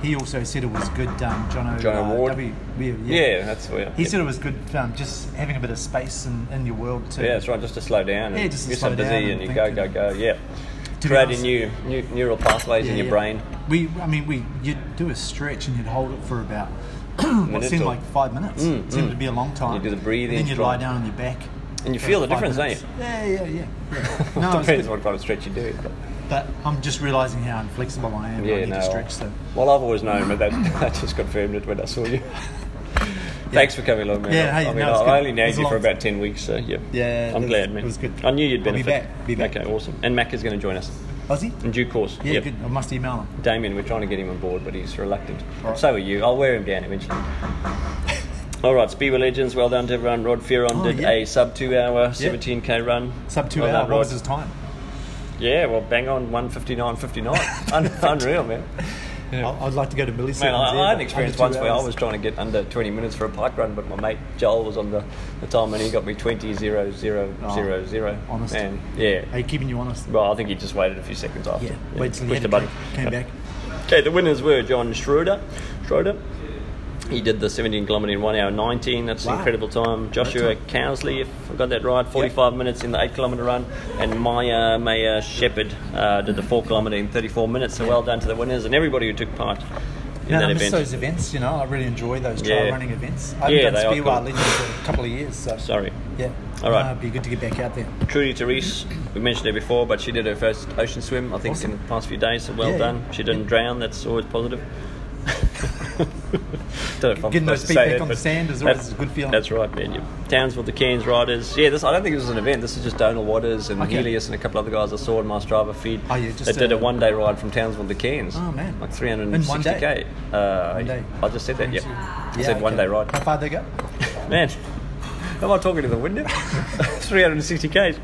he also said it was good. Um, Jono,
Jono
uh,
Ward?
W, yeah, yeah.
Yeah, that's where.
He said it was good. Um, just having a bit of space in, in your world too.
Yeah, that's right. Just to slow down.
Yeah,
and
just to
you're
slow
so busy
down
and
and
you
think
go,
and-
go, go. Yeah,
To be
creating
honest-
new, new neural pathways in
Yeah,
your
yeah.
brain.
We, I mean, we you'd do a stretch and you'd hold it for about *clears throat* what
Minute
seemed
or-
like five minutes.
Mm,
seemed
mm.
to be a long time.
You do the breathing
And then you
strong.
lie down on your back.
And you
for
feel the
five
difference, don't
minutes. Yeah, yeah, yeah.
*laughs*
yeah. No, it's good,
Depends what kind of stretch you do. But
but I'm just realizing how inflexible I am. I
yeah,
need
no.
to stretch. So
Well, I've always known, but that, *laughs* that just confirmed it when I saw you. Thanks for coming along,
*laughs*
man.
Yeah, hey,
I mean,
no, it's
I
good.
only known
It was a
you for
long-
about ten weeks, so yeah.
Yeah,
I'm
it
glad,
was-
man.
it was good.
I knew you'd
I'll be
benefit.
back, be back.
Okay, awesome. And Mac is going to join us
Aussie.
in due course.
Yeah,
Yep.
good. I must email him.
Damien, we're trying to get him on board, but he's reluctant.
Right.
So are you. I'll wear him
*laughs*
down eventually. All right, Speedway Legends, well done to everyone. Rod Fearon
Oh,
did
yeah.
a sub two hour 17k run.
Sub two
Well
hour.
done,
What
Rod.
was his time?
Yeah, well, bang on
*laughs*
159.59. Un- unreal, man.
I- I'd like to go to milliseconds.
Man, I,
there,
I had an
but
experience
under
once
two
where I
hours.
was trying to get under 20 minutes for a bike run, but my mate Joel was on the, the time and he got me 20 0 0 0 0.
Oh, honest.
And yeah.
Are you keeping you honest?
Well, I think he just waited a few seconds after.
Yeah. Wait till he had
pushed the
a
button.
kick, Came back.
Okay, the winners were John Schroeder. Schroeder. He did the 17 kilometre in 1 hour 19. That's an
Wow.
incredible time. Joshua Cowsley, if I got that right, 45 minutes in the 8 kilometre run. And Maya Maya Shepherd uh, did the 4 kilometre in 34 minutes. So well done to the winners and everybody who took part in
No,
that
I miss
event.
those events. You know, I really enjoy those trail
Yeah.
running events. I haven't
Yeah, they are
done Speedway
cool.
Legends for a couple of years, so
Sorry.
yeah.
All right.
No, it'd be good to get back out there.
Trudy Therese, we mentioned her before, but she did her first ocean swim, I think, in the past few days, so well
Yeah,
done.
yeah.
She didn't drown, that's
*laughs*
always positive. Don't know if I'm
Getting those
supposed to
feet
say
back
that,
on the
but
sand is
that-
always a good feeling.
That's right, man. You- Townsville, the Cairns Riders. Yeah, this I don't think this was an event. This is just Donal Waters and
Okay.
Helios and a couple other guys I saw in my Strava feed.
Oh, yeah, just
They did a
a-
one-day ride from Townsville to Cairns.
Oh, man.
Like
In one
360k.
day?
Uh,
One day.
I just said that, yeah. I
Yeah,
said one-day
okay.
ride.
How far they go?
Man, am I talking to the window? *laughs* 360 k's.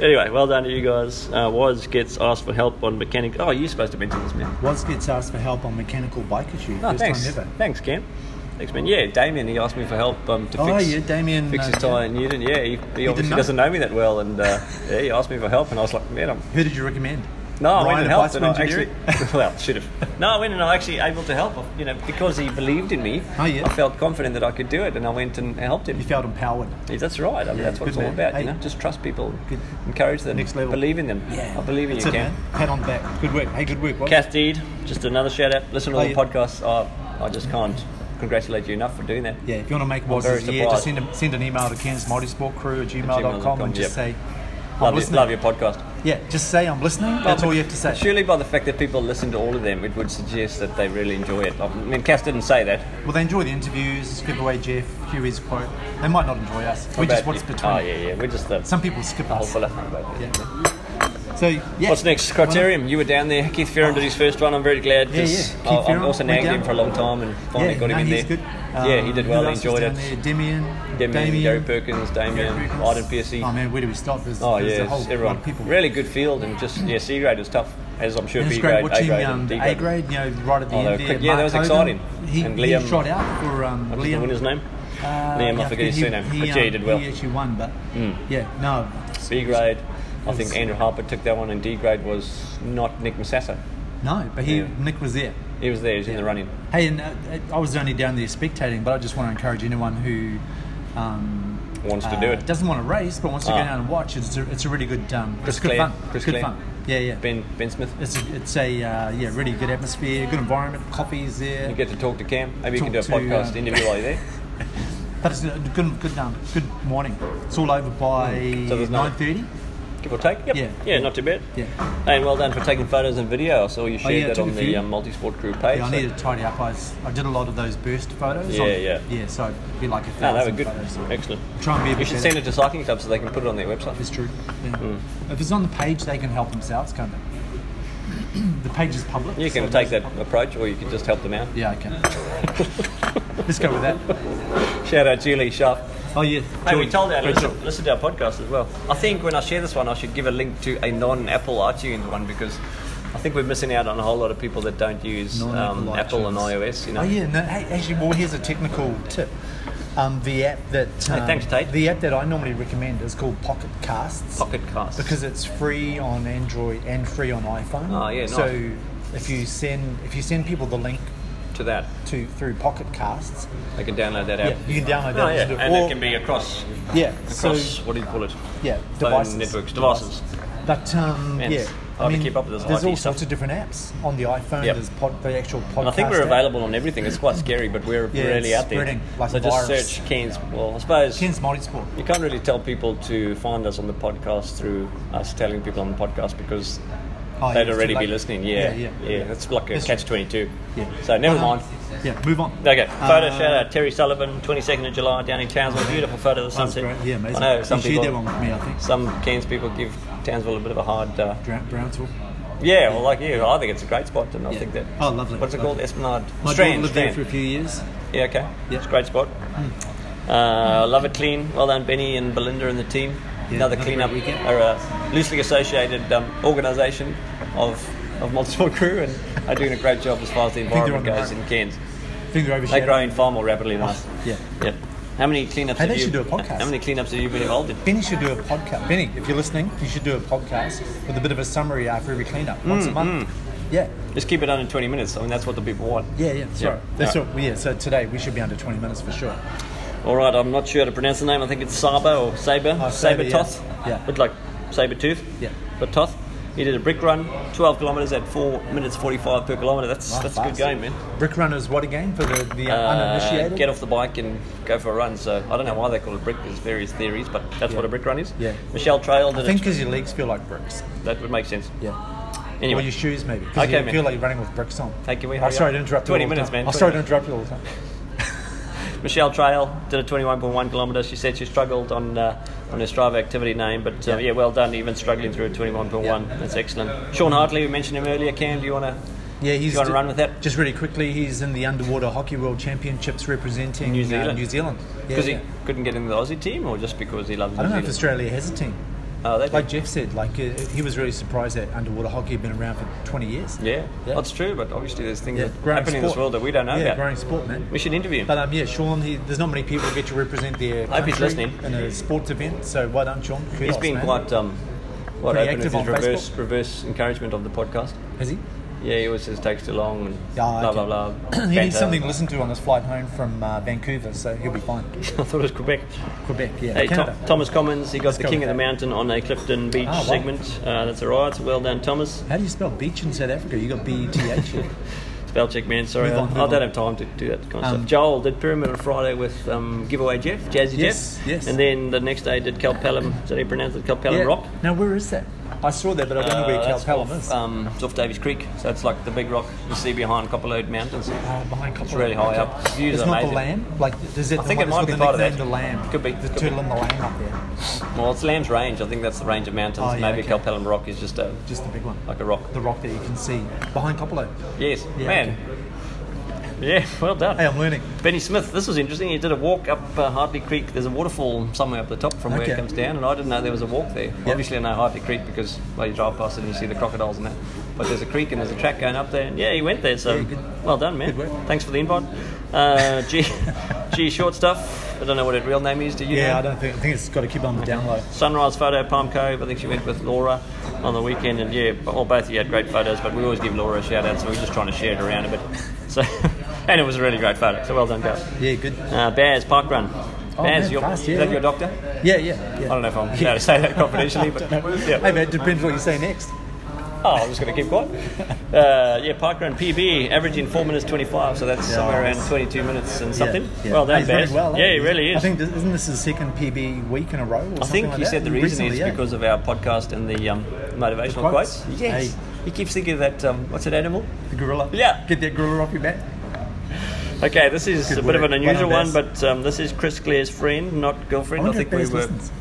Anyway, well done to you guys. Uh, Waz gets asked for help on mechanic. Oh, you're supposed to mention this, man.
Was gets asked for help on mechanical bike issue.
No,
First
thanks.
time ever.
Thanks, Cam. Thanks, man. Yeah, Damien, he asked me for help um, to
Oh
fix,
yeah, Damien.
fix his
uh,
tyre in Newton. Yeah, he, he, obviously
know.
doesn't know me that well, and uh,
*laughs*
yeah, he asked me for help, and I was like, man, I'm
Who did you recommend?
No, I went
Ryan
and
at
helped, and
Bicycle
I actually,
Engineering?
*laughs* well, should have. No, I went and I was actually able to help. You know, because he believed in me,
Oh, yeah.
I felt confident that I could do it, and I went and helped him.
*laughs* You felt empowered.
Yeah, that's right. I mean,
Yeah,
that's what it's
good
all
man.
about. You
Hey.
know, just trust people,
Good.
encourage them,
Next level.
believe in them. I believe in
That's
you,
it,
Cam.
man. Pat on the back. Good work. Hey, good work. Waz.
Kath Deed, just another shout out. Listen to all
Oh,
the
yeah.
podcasts. I, I just can't congratulate you enough for doing that.
Yeah, if you want to make
I'm very
Waz's year, just
surprised.
send, a, send an email to Ken's Multisport Crew at
gmail dot com,
gmail.com and just say,
yep.
I'm
Love, your,
listening.
love your podcast.
Yeah, just say I'm listening. That's all you have to say.
Surely, by the fact that people listen to all of them, it would suggest that they really enjoy it. I mean, Cass didn't say that.
Well, they enjoy the interviews, give away Jeff, Huey's quote. They might not enjoy us. We just
But-
what's between.
Oh yeah, yeah. We're just the
Some people skip
whole
us.
full of fun about it.
Yeah. So, yeah.
What's next? Criterium. You were down there. Keith Ferron did his first one. I'm very glad
Yeah,
because
yeah. Keith
I've
Ferron
also
went
nagged
down.
him for a long time and finally
yeah,
got him
no,
in
he's
there.
Good.
yeah, he did
Um,
well.
who
He
else
enjoyed
was
it.
down There? Demian,
Damien,
Damien,
Gary Perkins, Damien,
Gary Perkins.
Arden Piercy.
Oh man, where do we stop? There's,
oh
there's
yeah,
a whole
it's
lot
everyone.
of people.
Really good field and just yeah, C grade was tough, as I'm sure
And
B
it's
grade,
great
A
watching
grade,
um,
and D
A
grade.
grade, you know, right at the
Oh, they were
end there.
quick. Yeah, that was
Mark Hogan,
exciting.
He,
And
he
Liam-
shot out for um,
What was the
Liam.
winner's name?
Uh,
Liam, I forget his
he-
surname,
He,
but yeah, he did well. Hmm.
He actually won, but yeah, no,
B grade. I think Andrew Harper took that one, and D grade was not Nick Massassa.
no, but he
Yeah.
Nick was there.
He was there. He was in the running.
Hey, and uh, I was only down there spectating, but I just want to encourage anyone who um,
Wants to
uh,
do it.
doesn't want to race but wants to
Ah.
go down and watch. It's a, it's a really good, um,
Chris
it's good
Clare.
fun.
Chris
It's good
Clare.
fun. Yeah, yeah.
Ben Ben Smith.
It's a, it's a uh, yeah, really good atmosphere, good environment. Coffee's there,
You get to talk to Cam. Maybe you can do a
Talk to,
podcast
um,
interview while
*laughs*
you're there.
but it's a good, good, um, good morning. It's all over by
Hmm. So there's no-
nine thirty.
Give or take. Yep.
Yeah.
Yeah, not too bad.
Yeah. Oh,
And well done for taking photos and video. I saw you shared
yeah, I
that
took
on
a
the
few.
um, multi-sport crew page.
Yeah, I
so-
need to tidy up. I, was, I did a lot of those burst photos.
Yeah,
on-
yeah.
yeah. So it'd be like a
No,
thousand
they were good.
photos.
Excellent.
Try and be a
You
bit
should
better.
send it to cycling clubs so they can put it Hmm. on their website.
It's true. Yeah. If it's on the page, they can help themselves, can't they? *clears throat* the page is public.
You can
so
take
there's-
that approach, or you can just help them out.
Yeah, I can. *laughs* Let's go with that.
Shout out Julie Sharp.
Oh yeah.
Hey, we
Jordan.
told our
Very
listen, listen to our podcast as well. I think when I share this one, I should give a link to a non-Apple iTunes one because I think we're missing out on a whole lot of people that don't use um,
Non-Apple
Apple and
iTunes.
iOS. You know,
Oh yeah, no, hey, actually, well, here's a technical tip. Um, the app that
Hey,
um,
thanks, Tate.
the app that I normally recommend is called Pocket Casts.
Pocket Casts.
because it's free on Android and free on iPhone.
Oh, yeah,
So
nice.
if you send if you send people the link
to that,
to through Pocket Casts,
they can download that
yeah,
app.
you can download that.
Oh, yeah.
do it.
And
Or-
it can be across,
yeah, so
across what do you call it?
yeah,
Phone
devices,
networks, devices.
But um,
Man,
yeah,
it's hard to keep up with this
there's
IT
all
stuff.
sorts of different apps on the iPhone.
Yep.
There's pod, the actual podcast.
And I think we're
app.
available on everything. It's quite scary, but we're
Yeah,
really
it's
out there.
spreading like
so
a
just
virus.
search Ken's. Well, I suppose
Ken's Multisport.
you can't really tell people to find us on the podcast through us telling people on the podcast because
Oh, yeah,
they'd
it's
already
too
be
late.
listening. Yeah,
yeah,
yeah,
yeah.
It's like a
That's
catch twenty-two.
Yeah.
So never
Um,
mind.
Yeah, move on.
Okay, photo
Uh,
shout out Terry Sullivan, 22nd of July down in Townsville. Beautiful photo of the
that was
sunset.
great. Yeah, amazing.
I know some
you
people,
shared that one with me, I think.
some Cairns people give Townsville a bit of a hard. Uh,
Brown, Brownsville.
yeah, well, like you, I think it's a great spot, and I
Yeah.
think that.
Oh, lovely,
What's it
lovely.
called? Esplanade.
My daughter
Strand.
lived there
Strand.
for a few years.
Yeah, okay.
Yeah. Hmm.
It's a great spot. Uh, love it clean. Well done, Benny and Belinda and the team.
Yeah,
another
another
clean up,
great weekend.
or a loosely associated um, organisation of, of multiple *laughs* crew, and are doing a great job as far as the
they're
environment
on the
goes
right-
in Cairns.
Finger over
They're
shadow.
growing far more rapidly than us.
Yeah.
Yep. How many
Hey,
cleanups have
they
you
should do a podcast.
How many cleanups have you been involved in?
Benny should do a podcast. Benny, if you're listening, you should do a podcast with a bit of a summary after every cleanup
Mm,
once a month. Yeah,
Just keep it under 20 minutes. I mean, that's what the people want.
yeah, yeah. Sorry,
Yeah.
that's
All
what. Yeah, so today we should be under 20 minutes for sure.
All right, I'm not sure how to pronounce the name. I think it's Saba or Saber.
Oh, Saber,
Saber
yeah.
Toth.
Yeah.
But like Saber Tooth.
Yeah.
But Toth. He did a brick run, 12 kilometres at 4 minutes 45 per kilometre. That's
Wow,
that's
fast.
a good game, man.
Brick runners, what again for the, the
Uh,
uninitiated?
get off the bike and go for a run. So I don't know why they call it brick. There's various theories, but that's what a brick run is.
Yeah.
Michelle Trail
I
did
think
it.
because your legs feel like bricks.
That would make sense.
Yeah. Or
Anyway.
your shoes maybe. Because
Okay,
you
man.
feel like you're running with bricks on.
Hey, can we
I'm
hurry
sorry
up?
to interrupt you.
20
all the
minutes,
time.
man,
I'm sorry
20
to interrupt you all the time.
Michelle Trail did a 21.1 kilometre. She said she struggled on uh, on her Strava activity name, but uh, yeah, well done. Even struggling through a 21.1, that's excellent. Sean Hartley, we mentioned him earlier. Cam, do you want to?
Yeah, he's.
you wanna
ju-
run with that?
Just really quickly, he's in the underwater hockey world championships representing
New
uh,
Zealand.
New Zealand. Yeah,
Because
yeah.
he couldn't get in the Aussie team, or just because he loves.
I don't know
New
if
Zealand?
Australia has a team.
Oh, they do.
Like Jeff said, like uh, he was really surprised that underwater hockey had been around for 20 years.
yeah,
Yeah.
that's true. But obviously, there's things
Yeah,
that
growing
happen in this
sport.
world that we don't know
yeah,
about.
growing sport, man.
We should interview him.
But um, yeah, Sean, he, there's not many people who get to represent their
I hope
country
he's listening.
in a sports event, so why don't Sean?
He's
Kudos,
been
man.
quite um, quite
Pretty
open with
active
his
on
reverse
Facebook.
reverse encouragement of the podcast.
Has he?
Yeah, he always says takes too long and
Ah,
blah
okay.
blah blah.
*clears throat* he needs
banter.
something to listen to on his flight home from uh, Vancouver, so he'll be fine.
*laughs* I thought it was Quebec.
Quebec, yeah.
Hey,
Canada.
Tom- Thomas Commons, he got the
go
King
with
of the
that.
Mountain on a Clifton Beach
Ah, wow.
segment. Uh, that's all right. So well done, Thomas.
How do you spell beach in South Africa? You got B E T
*laughs*
H. here.
Spell check, man. Sorry,
Move on,
I-
move
I
on.
don't have time to do that kind of
Um,
stuff. Joel did Pyramid on Friday with um, Giveaway Jeff, Jazzy
Yes,
Jeff.
yes.
And then the next day did Calpellum. Did he pronounce it Calpellum
Yeah.
Rock?
Now, where is that? I saw that, but I don't know
Uh,
where
that's
Calpellum
off,
is.
Um, it's off Davies Creek, so it's like the big rock you see behind Copperload Mountains.
Uh, behind Copper.
really high up.
Okay.
Views
it's
are
not the
amazing.
lamb. Like, is it?
I
the
think
one that's
it might
got
be
the
part of
nickname
that.
The lamb.
Could be,
The
could
turtle
be.
and the lamb up there.
Well, it's Lamb's Range. I think that's the range of mountains.
Oh, yeah,
Maybe
okay.
Calpellum Rock is just a
Just the big one.
like a rock.
The rock that you can see behind Coppola.
Yes,
Yeah,
man. Yeah, well done.
Hey, I'm learning.
Benny Smith, this was interesting. He did a walk up uh, Hartley Creek. There's a waterfall somewhere up the top from where
Okay.
it comes down, and I didn't know there was a walk there. Obviously, I know Hartley Creek because well, you drive past it and you see the crocodiles and that. But there's a creek and there's a track going up there, and yeah, he went there. So well done, man.
Good work.
Thanks for the invite. Uh,
*laughs*
G, G short stuff. I don't know what her real name is. Do you?
Yeah,
know?
I don't think. I think it's got to keep on the down low.
Sunrise photo, Palm Cove. I think she went with Laura on the weekend, and yeah, well, both of you had great photos, but we always give Laura a shout out, so we're just trying to share it around a bit. So, *laughs* and it was a really great photo, so well done, guys.
Yeah, good.
Uh, Baz, park run.
Oh,
Baz,
man,
your,
fast, yeah,
is that
yeah.
your doctor?
Yeah, yeah. *laughs* yeah.
I don't know if I'm allowed to say that confidentially,
*laughs*
but
Hey,
yeah.
man, it depends what you say next.
Oh, I'm just going to keep quiet. Uh, yeah, park run PB, averaging 4 minutes 25, so that's somewhere around 22 minutes and something.
Yeah, yeah.
Well
Hey,
done,
he's
Baz.
running well, eh?
yeah, he really is.
I think this, isn't this his second PB week in a row? Or
I think
like
he
that?
said the reason
Recently,
is
yeah.
because of our podcast and the um, motivational
quotes?
quotes. Yes.
Hey.
He keeps thinking that, um, what's that animal?
the gorilla.
Yeah.
Get that gorilla off your back.
Okay, this is
Good
a bit of
work.
an unusual
Well
one,
done,
but um, this is Chris Clare's friend, not
I
girlfriend. I,
wonder
think
if
we
Baz
were.
listens.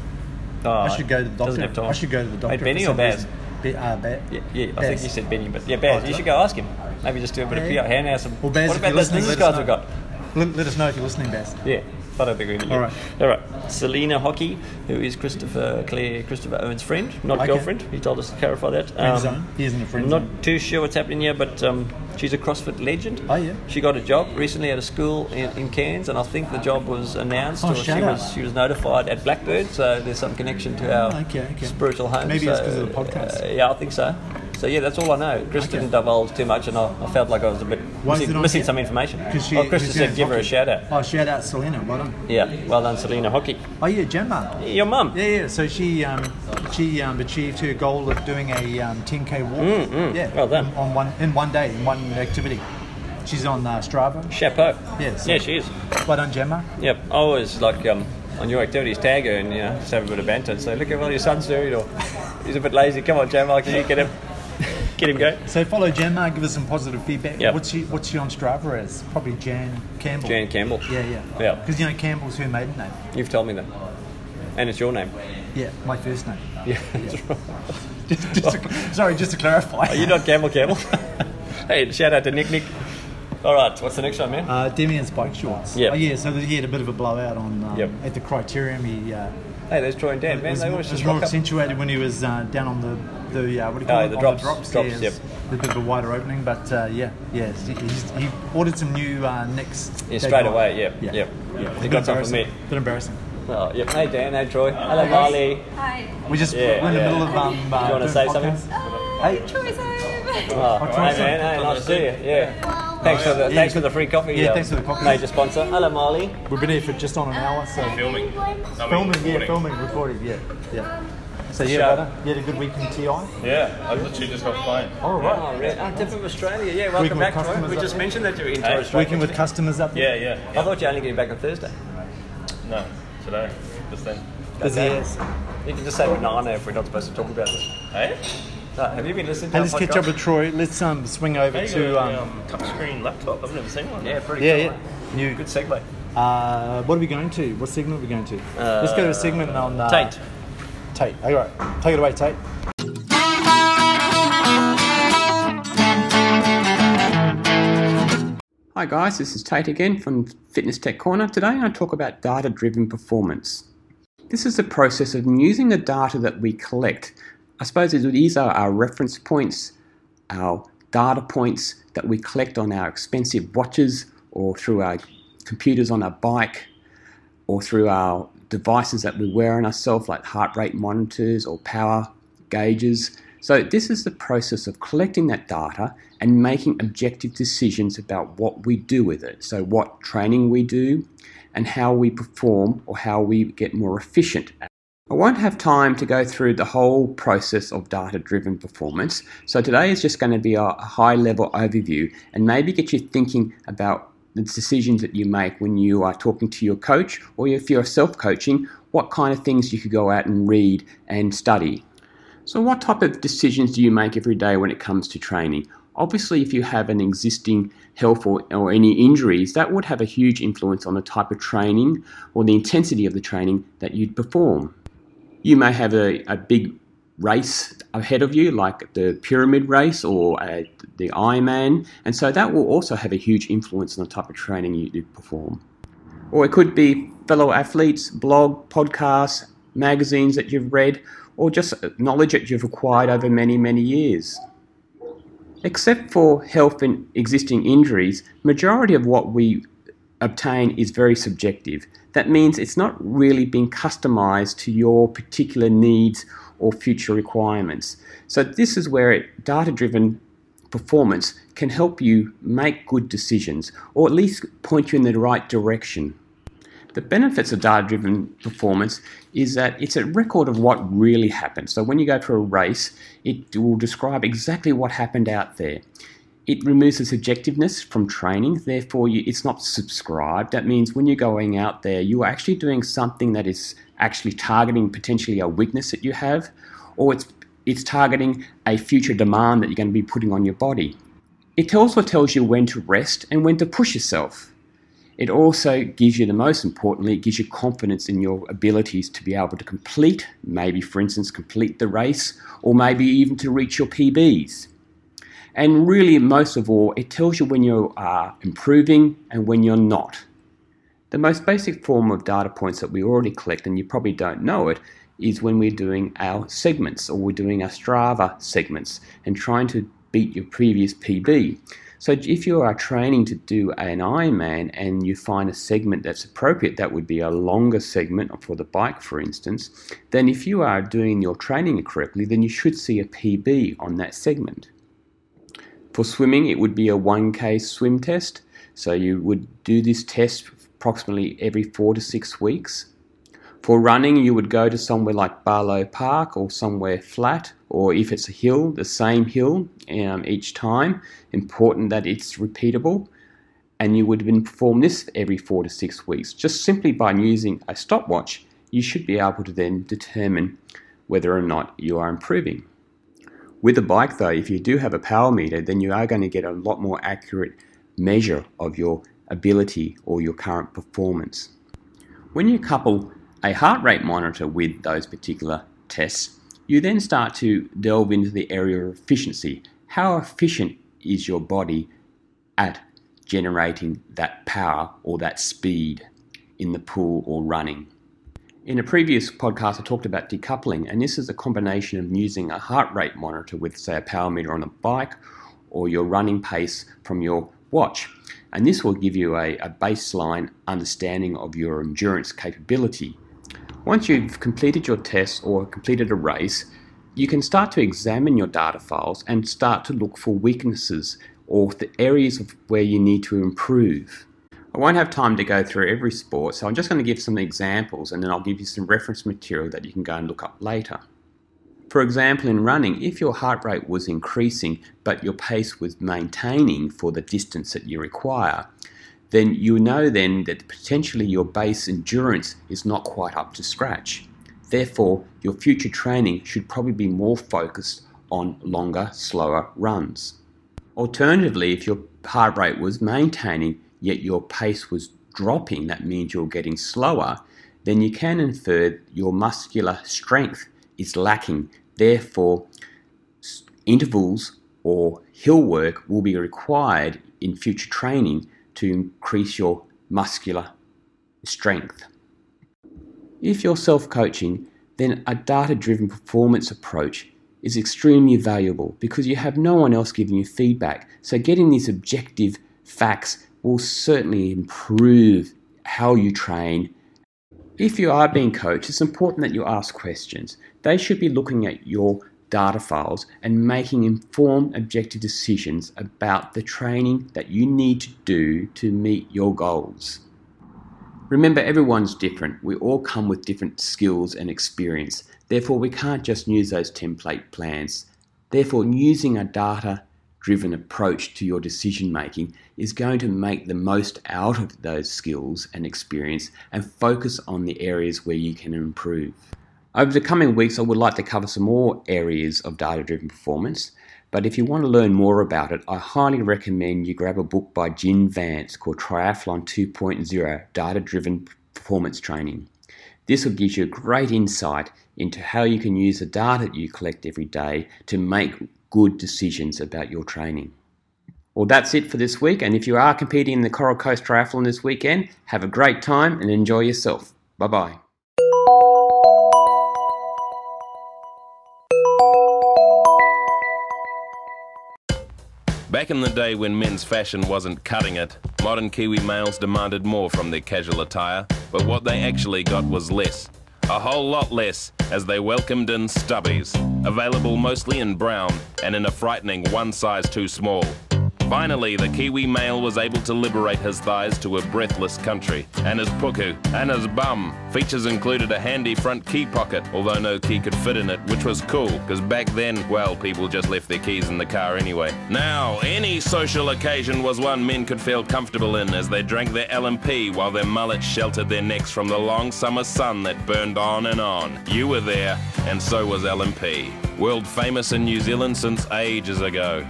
Oh,
I should go to the doctor.
Doesn't have time.
I should go to the doctor.
Hey, Benny
for
or
some
Baz?
reason. Be, uh, ba-
Yeah, yeah, I think
Baz.
he said Benny, but yeah, Baz,
Oh,
you
did
should
I?
go ask him. Maybe just do a bit
Yeah.
of PR. Hand out some.
Well, Baz,
what
if you're
about those
listening,
business
let us
cards we've
know.
got?
Let, let us know if you're listening, Baz.
Yeah. I don't think we need
All right.
All right. Selena Hockey, who is Christopher Claire Christopher Owen's friend, not
Okay.
girlfriend. He told us to clarify that.
Friend zone. He is in the friend
I'm Um, not
zone.
too sure what's happening here, but um, she's a CrossFit legend.
Oh, yeah.
She got a job recently at a school in, in Cairns, and I think the job was announced
Oh,
or she
shout out.
was she was notified at Blackbird. So there's some connection to our
Okay, okay.
spiritual home.
Maybe
so,
it's 'cause of the podcast.
uh, yeah, I think so. So yeah, that's all I know. Chris
Okay.
didn't divulge too much, and I, I felt like I was a bit
Why is it
missing,
on
missing
here?
some information.
Because she,
oh,
because
Chris just
she
said
has
give her a
hockey.
shout out.
Oh, shout out Selena. Well done.
Yeah, well done, Selena Hockey.
Oh yeah, Gemma.
Your mum.
Yeah, yeah. So she um, she um, achieved her goal of doing a um, 10k walk. Yeah.
Mm, Well done.
On one in one day in one activity. She's on uh, Strava.
Chapeau.
Yeah, so-
yeah, she is.
Well done, Gemma.
Yep. I always like um, on your activities tag her and you know just have a bit of banter and say, look at well your son's doing or he's a bit lazy. Come on, Jamal, can you get him get him going?
So follow Gemma. Give us some positive feedback.
Yep.
What's she What's she on Strava as? Probably Jan Campbell.
Jan Campbell.
Yeah, yeah.
Yeah.
Because you know Campbell's her maiden name.
You've told me that. And it's your name.
Yeah, my first name.
*laughs* Yeah. That's right.
*laughs* Just to- sorry, just to clarify.
Are you not Campbell Campbell? *laughs* hey, shout out to Nick Nick. All right, what's the next one, man?
Uh, Demian's bike shorts.
Yep.
Oh, yeah, so he had a bit of a blowout on um,
Yep.
at the Criterium. He uh,
hey, there's Troy and Dan,
it
man.
was,
They
it
always
was
just
more
rock up.
accentuated when he was uh, down on the the uh, what do you call
Oh,
it?
the
on
drops,
the drops.
drops,
yes.
yep.
A bit of a wider opening, but uh, yeah, yeah. He, he's, he ordered some new uh, Nicks.
Yeah, straight away, yep, yep.
yeah.
He
A bit
got some from
embarrassing.
me.
Bit embarrassing.
Oh, yep. Hey, Dan. Hey, Troy. Hello, Marley.
Hi.
We just
Yeah,
we're in the
yeah.
middle of um. Uh,
you wanna
doing
say
podcasts.
something?
Oh,
Hey.
Troy's home.
*laughs* Oh,
Hi,
hey,
Tyson.
man. Hey, nice to see you. Yeah.
Well,
Thanks for the
Yeah.
thanks for the free coffee.
Yeah,
uh,
thanks for the coffee.
Major sponsor. Hello, Marley.
We've been here for just on an hour, so
filming.
filming, yeah, filming, recording, yeah, yeah. So yeah,
Shout.
brother, you had a good week in TI. All
Yeah, I literally just got fine.
right.
Oh, right. Oh, Dip from Australia. Yeah, welcome
Working with
back, Troy.
customers
We
up
just
there.
mentioned that you were in Torres Strait.
Working
*laughs*
with customers up
Yeah,
there.
yeah.
I thought you were only getting back on Thursday.
No, today, just then.
Busy
Okay.
as.
You can just say banana if we're not supposed to talk about this.
Hey?
Uh, have you been listening
Hey,
to our
let's catch up
podcast?
with Troy. Let's um swing over
Hey, you
to
got a,
um,
touchscreen laptop. I've never seen one.
Yeah, pretty
yeah,
cool.
yeah. New.
Good segue.
Uh, what are we going to? What segment are we going to? let's go to a segment on uh,
Tate.
Tate. All right, take it away, Tate.
Hi guys, this is Tate again from Fitness Tech Corner. Today I talk about data driven performance. This is the process of using the data that we collect. I suppose it- these are our reference points, our data points that we collect on our expensive watches or through our computers on our bike or through our devices that we wear on ourselves, like heart rate monitors or power gauges. So, this is the process of collecting that data and making objective decisions about what we do with it. So, what training we do and how we perform or how we get more efficient. I won't have time to go through the whole process of data driven performance, so today is just going to be a high level overview and maybe get you thinking about the decisions that you make when you are talking to your coach or if you're self coaching, what kind of things you could go out and read and study. So, what type of decisions do you make every day when it comes to training? Obviously, if you have an existing health or, or any injuries, that would have a huge influence on the type of training or the intensity of the training that you'd perform you may have a, a big race ahead of you, like the pyramid race or uh, the Ironman, and so that will also have a huge influence on the type of training you, you perform. Or it could be fellow athletes, blog, podcasts, magazines that you've read, or just knowledge that you've acquired over many, many years. Except for health and existing injuries, majority of what we obtain is very subjective. That means it's not really being customized to your particular needs or future requirements. So, this is where data driven performance can help you make good decisions or at least point you in the right direction. The benefits of data driven performance is that it's a record of what really happened. So, when you go for a race, it will describe exactly what happened out there it removes the subjectiveness from training. Therefore, you, it's not subscribed. That means when you're going out there, you are actually doing something that is actually targeting potentially a weakness that you have, or it's it's targeting a future demand that you're going to be putting on your body. It also tells you when to rest and when to push yourself. It also gives you, the most importantly, it gives you confidence in your abilities to be able to complete, maybe, for instance, complete the race, or maybe even to reach your PBs. And really, most of all, it tells you when you are improving and when you're not. The most basic form of data points that we already collect, and you probably don't know it, is when we're doing our segments or we're doing our Strava segments and trying to beat your previous PB. So if you are training to do an Ironman and you find a segment that's appropriate, that would be a longer segment for the bike, for instance, then if you are doing your training correctly, then you should see a PB on that segment. For swimming, it would be a 1K swim test. So you would do this test approximately every four to six weeks. For running, you would go to somewhere like Barlow Park or somewhere flat, or if it's a hill, the same hill um, each time. Important that it's repeatable. And you would then perform this every four to six weeks. Just simply by using a stopwatch, you should be able to then determine whether or not you are improving. With a bike, though, if you do have a power meter, then you are going to get a lot more accurate measure of your ability or your current performance. When you couple a heart rate monitor with those particular tests, you then start to delve into the area of efficiency. How efficient is your body at generating that power or that speed in the pool or running? In a previous podcast, I talked about decoupling, and this is a combination of using a heart rate monitor with, say, a power meter on a bike or your running pace from your watch. And this will give you a, a baseline understanding of your endurance capability. Once you've completed your test or completed a race, you can start to examine your data files and start to look for weaknesses or the areas of where you need to improve. I won't have time to go through every sport, so I'm just going to give some examples and then I'll give you some reference material that you can go and look up later. For example, in running, if your heart rate was increasing but your pace was maintaining for the distance that you require, then you know then that potentially your base endurance is not quite up to scratch. Therefore, your future training should probably be more focused on longer, slower runs. Alternatively, if your heart rate was maintaining yet your pace was dropping, that means you're getting slower, then you can infer your muscular strength is lacking. Therefore, intervals or hill work will be required in future training to increase your muscular strength. If you're self coaching, then a data driven performance approach is extremely valuable because you have no one else giving you feedback. So, getting these objective facts will certainly improve how you train. If you are being coached, it's important that you ask questions. They should be looking at your data files and making informed, objective decisions about the training that you need to do to meet your goals. Remember, everyone's different. We all come with different skills and experience. Therefore, we can't just use those template plans. Therefore, using a data driven approach to your decision making is going to make the most out of those skills and experience and focus on the areas where you can improve. Over the coming weeks, I would like to cover some more areas of data driven performance, but if you want to learn more about it, I highly recommend you grab a book by Jin Vance called Triathlon 2.0 Data Driven Performance Training. This will give you a great insight into how you can use the data that you collect every day to make good decisions about your training. Well, that's it for this week. And if you are competing in the Coral Coast Triathlon this weekend, have a great time and enjoy yourself. Bye bye.
Back in the day when men's fashion wasn't cutting it, modern Kiwi males demanded more from their casual attire, but what they actually got was less. A whole lot less as they welcomed in stubbies, available mostly in brown and in a frightening one size too small. Finally, the Kiwi male was able to liberate his thighs to a breathless country, and his puku, and his bum. Features included a handy front key pocket, although no key could fit in it, which was cool, because back then, well, people just left their keys in the car anyway. Now, any social occasion was one men could feel comfortable in as they drank their LMP while their mullets sheltered their necks from the long summer sun that burned on and on. You were there, and so was LMP. World famous in New Zealand since ages ago.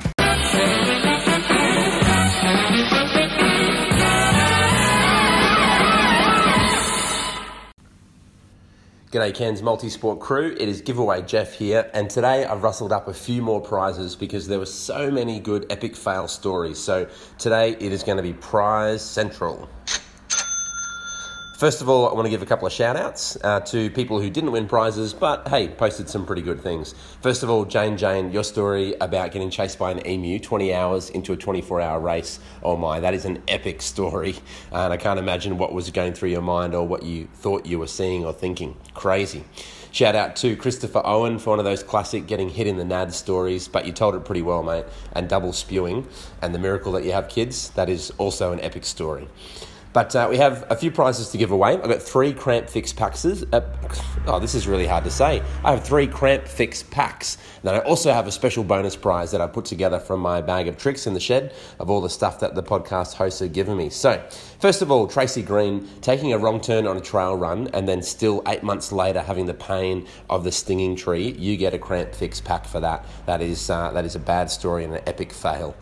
G'day Cairns Multisport crew, it is giveaway Jeff here, and today I've rustled up a few more prizes because there were so many good epic fail stories. So today it is going to be prize central.
First of all, I want to give a couple of shout outs uh, to people who didn't win prizes, but hey, posted some pretty good things. First of all, Jane Jane, your story about getting chased by an emu 20 hours into a 24 hour race. Oh my, that is an epic story. And I can't imagine what was going through your mind or what you thought you were seeing or thinking. Crazy. Shout out to Christopher Owen for one of those classic getting hit in the NAD stories, but you told it pretty well, mate, and double spewing, and the miracle that you have kids. That is also an epic story. But uh, we have a few prizes to give away. I've got three cramp fix packs. Uh, oh, this is really hard to say. I have three cramp fix packs. And then I also have a special bonus prize that I put together from my bag of tricks in the shed of all the stuff that the podcast hosts have given me. So, first of all, Tracy Green taking a wrong turn on a trail run and then still eight months later having the pain of the stinging tree. You get a cramp fix pack for that. That is, uh, that is a bad story and an epic fail.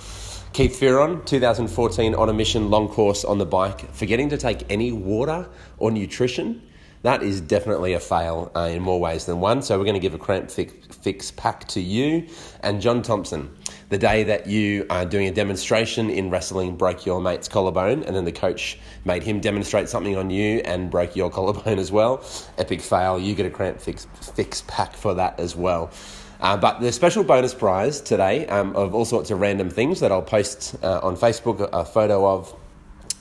Keith Fearon, 2014 on a mission long course on the bike, forgetting to take any water or nutrition. That is definitely a fail uh, in more ways than one. So we're going to give a cramp fix, fix pack to you and John Thompson. The day that you are doing a demonstration in wrestling broke your mate's collarbone, and then the coach made him demonstrate something on you and broke your *laughs* collarbone as well. Epic fail. You get a cramp fix fix pack for that as well. Uh, but the special bonus prize today um, of all sorts of random things that I'll post uh, on Facebook a, a photo of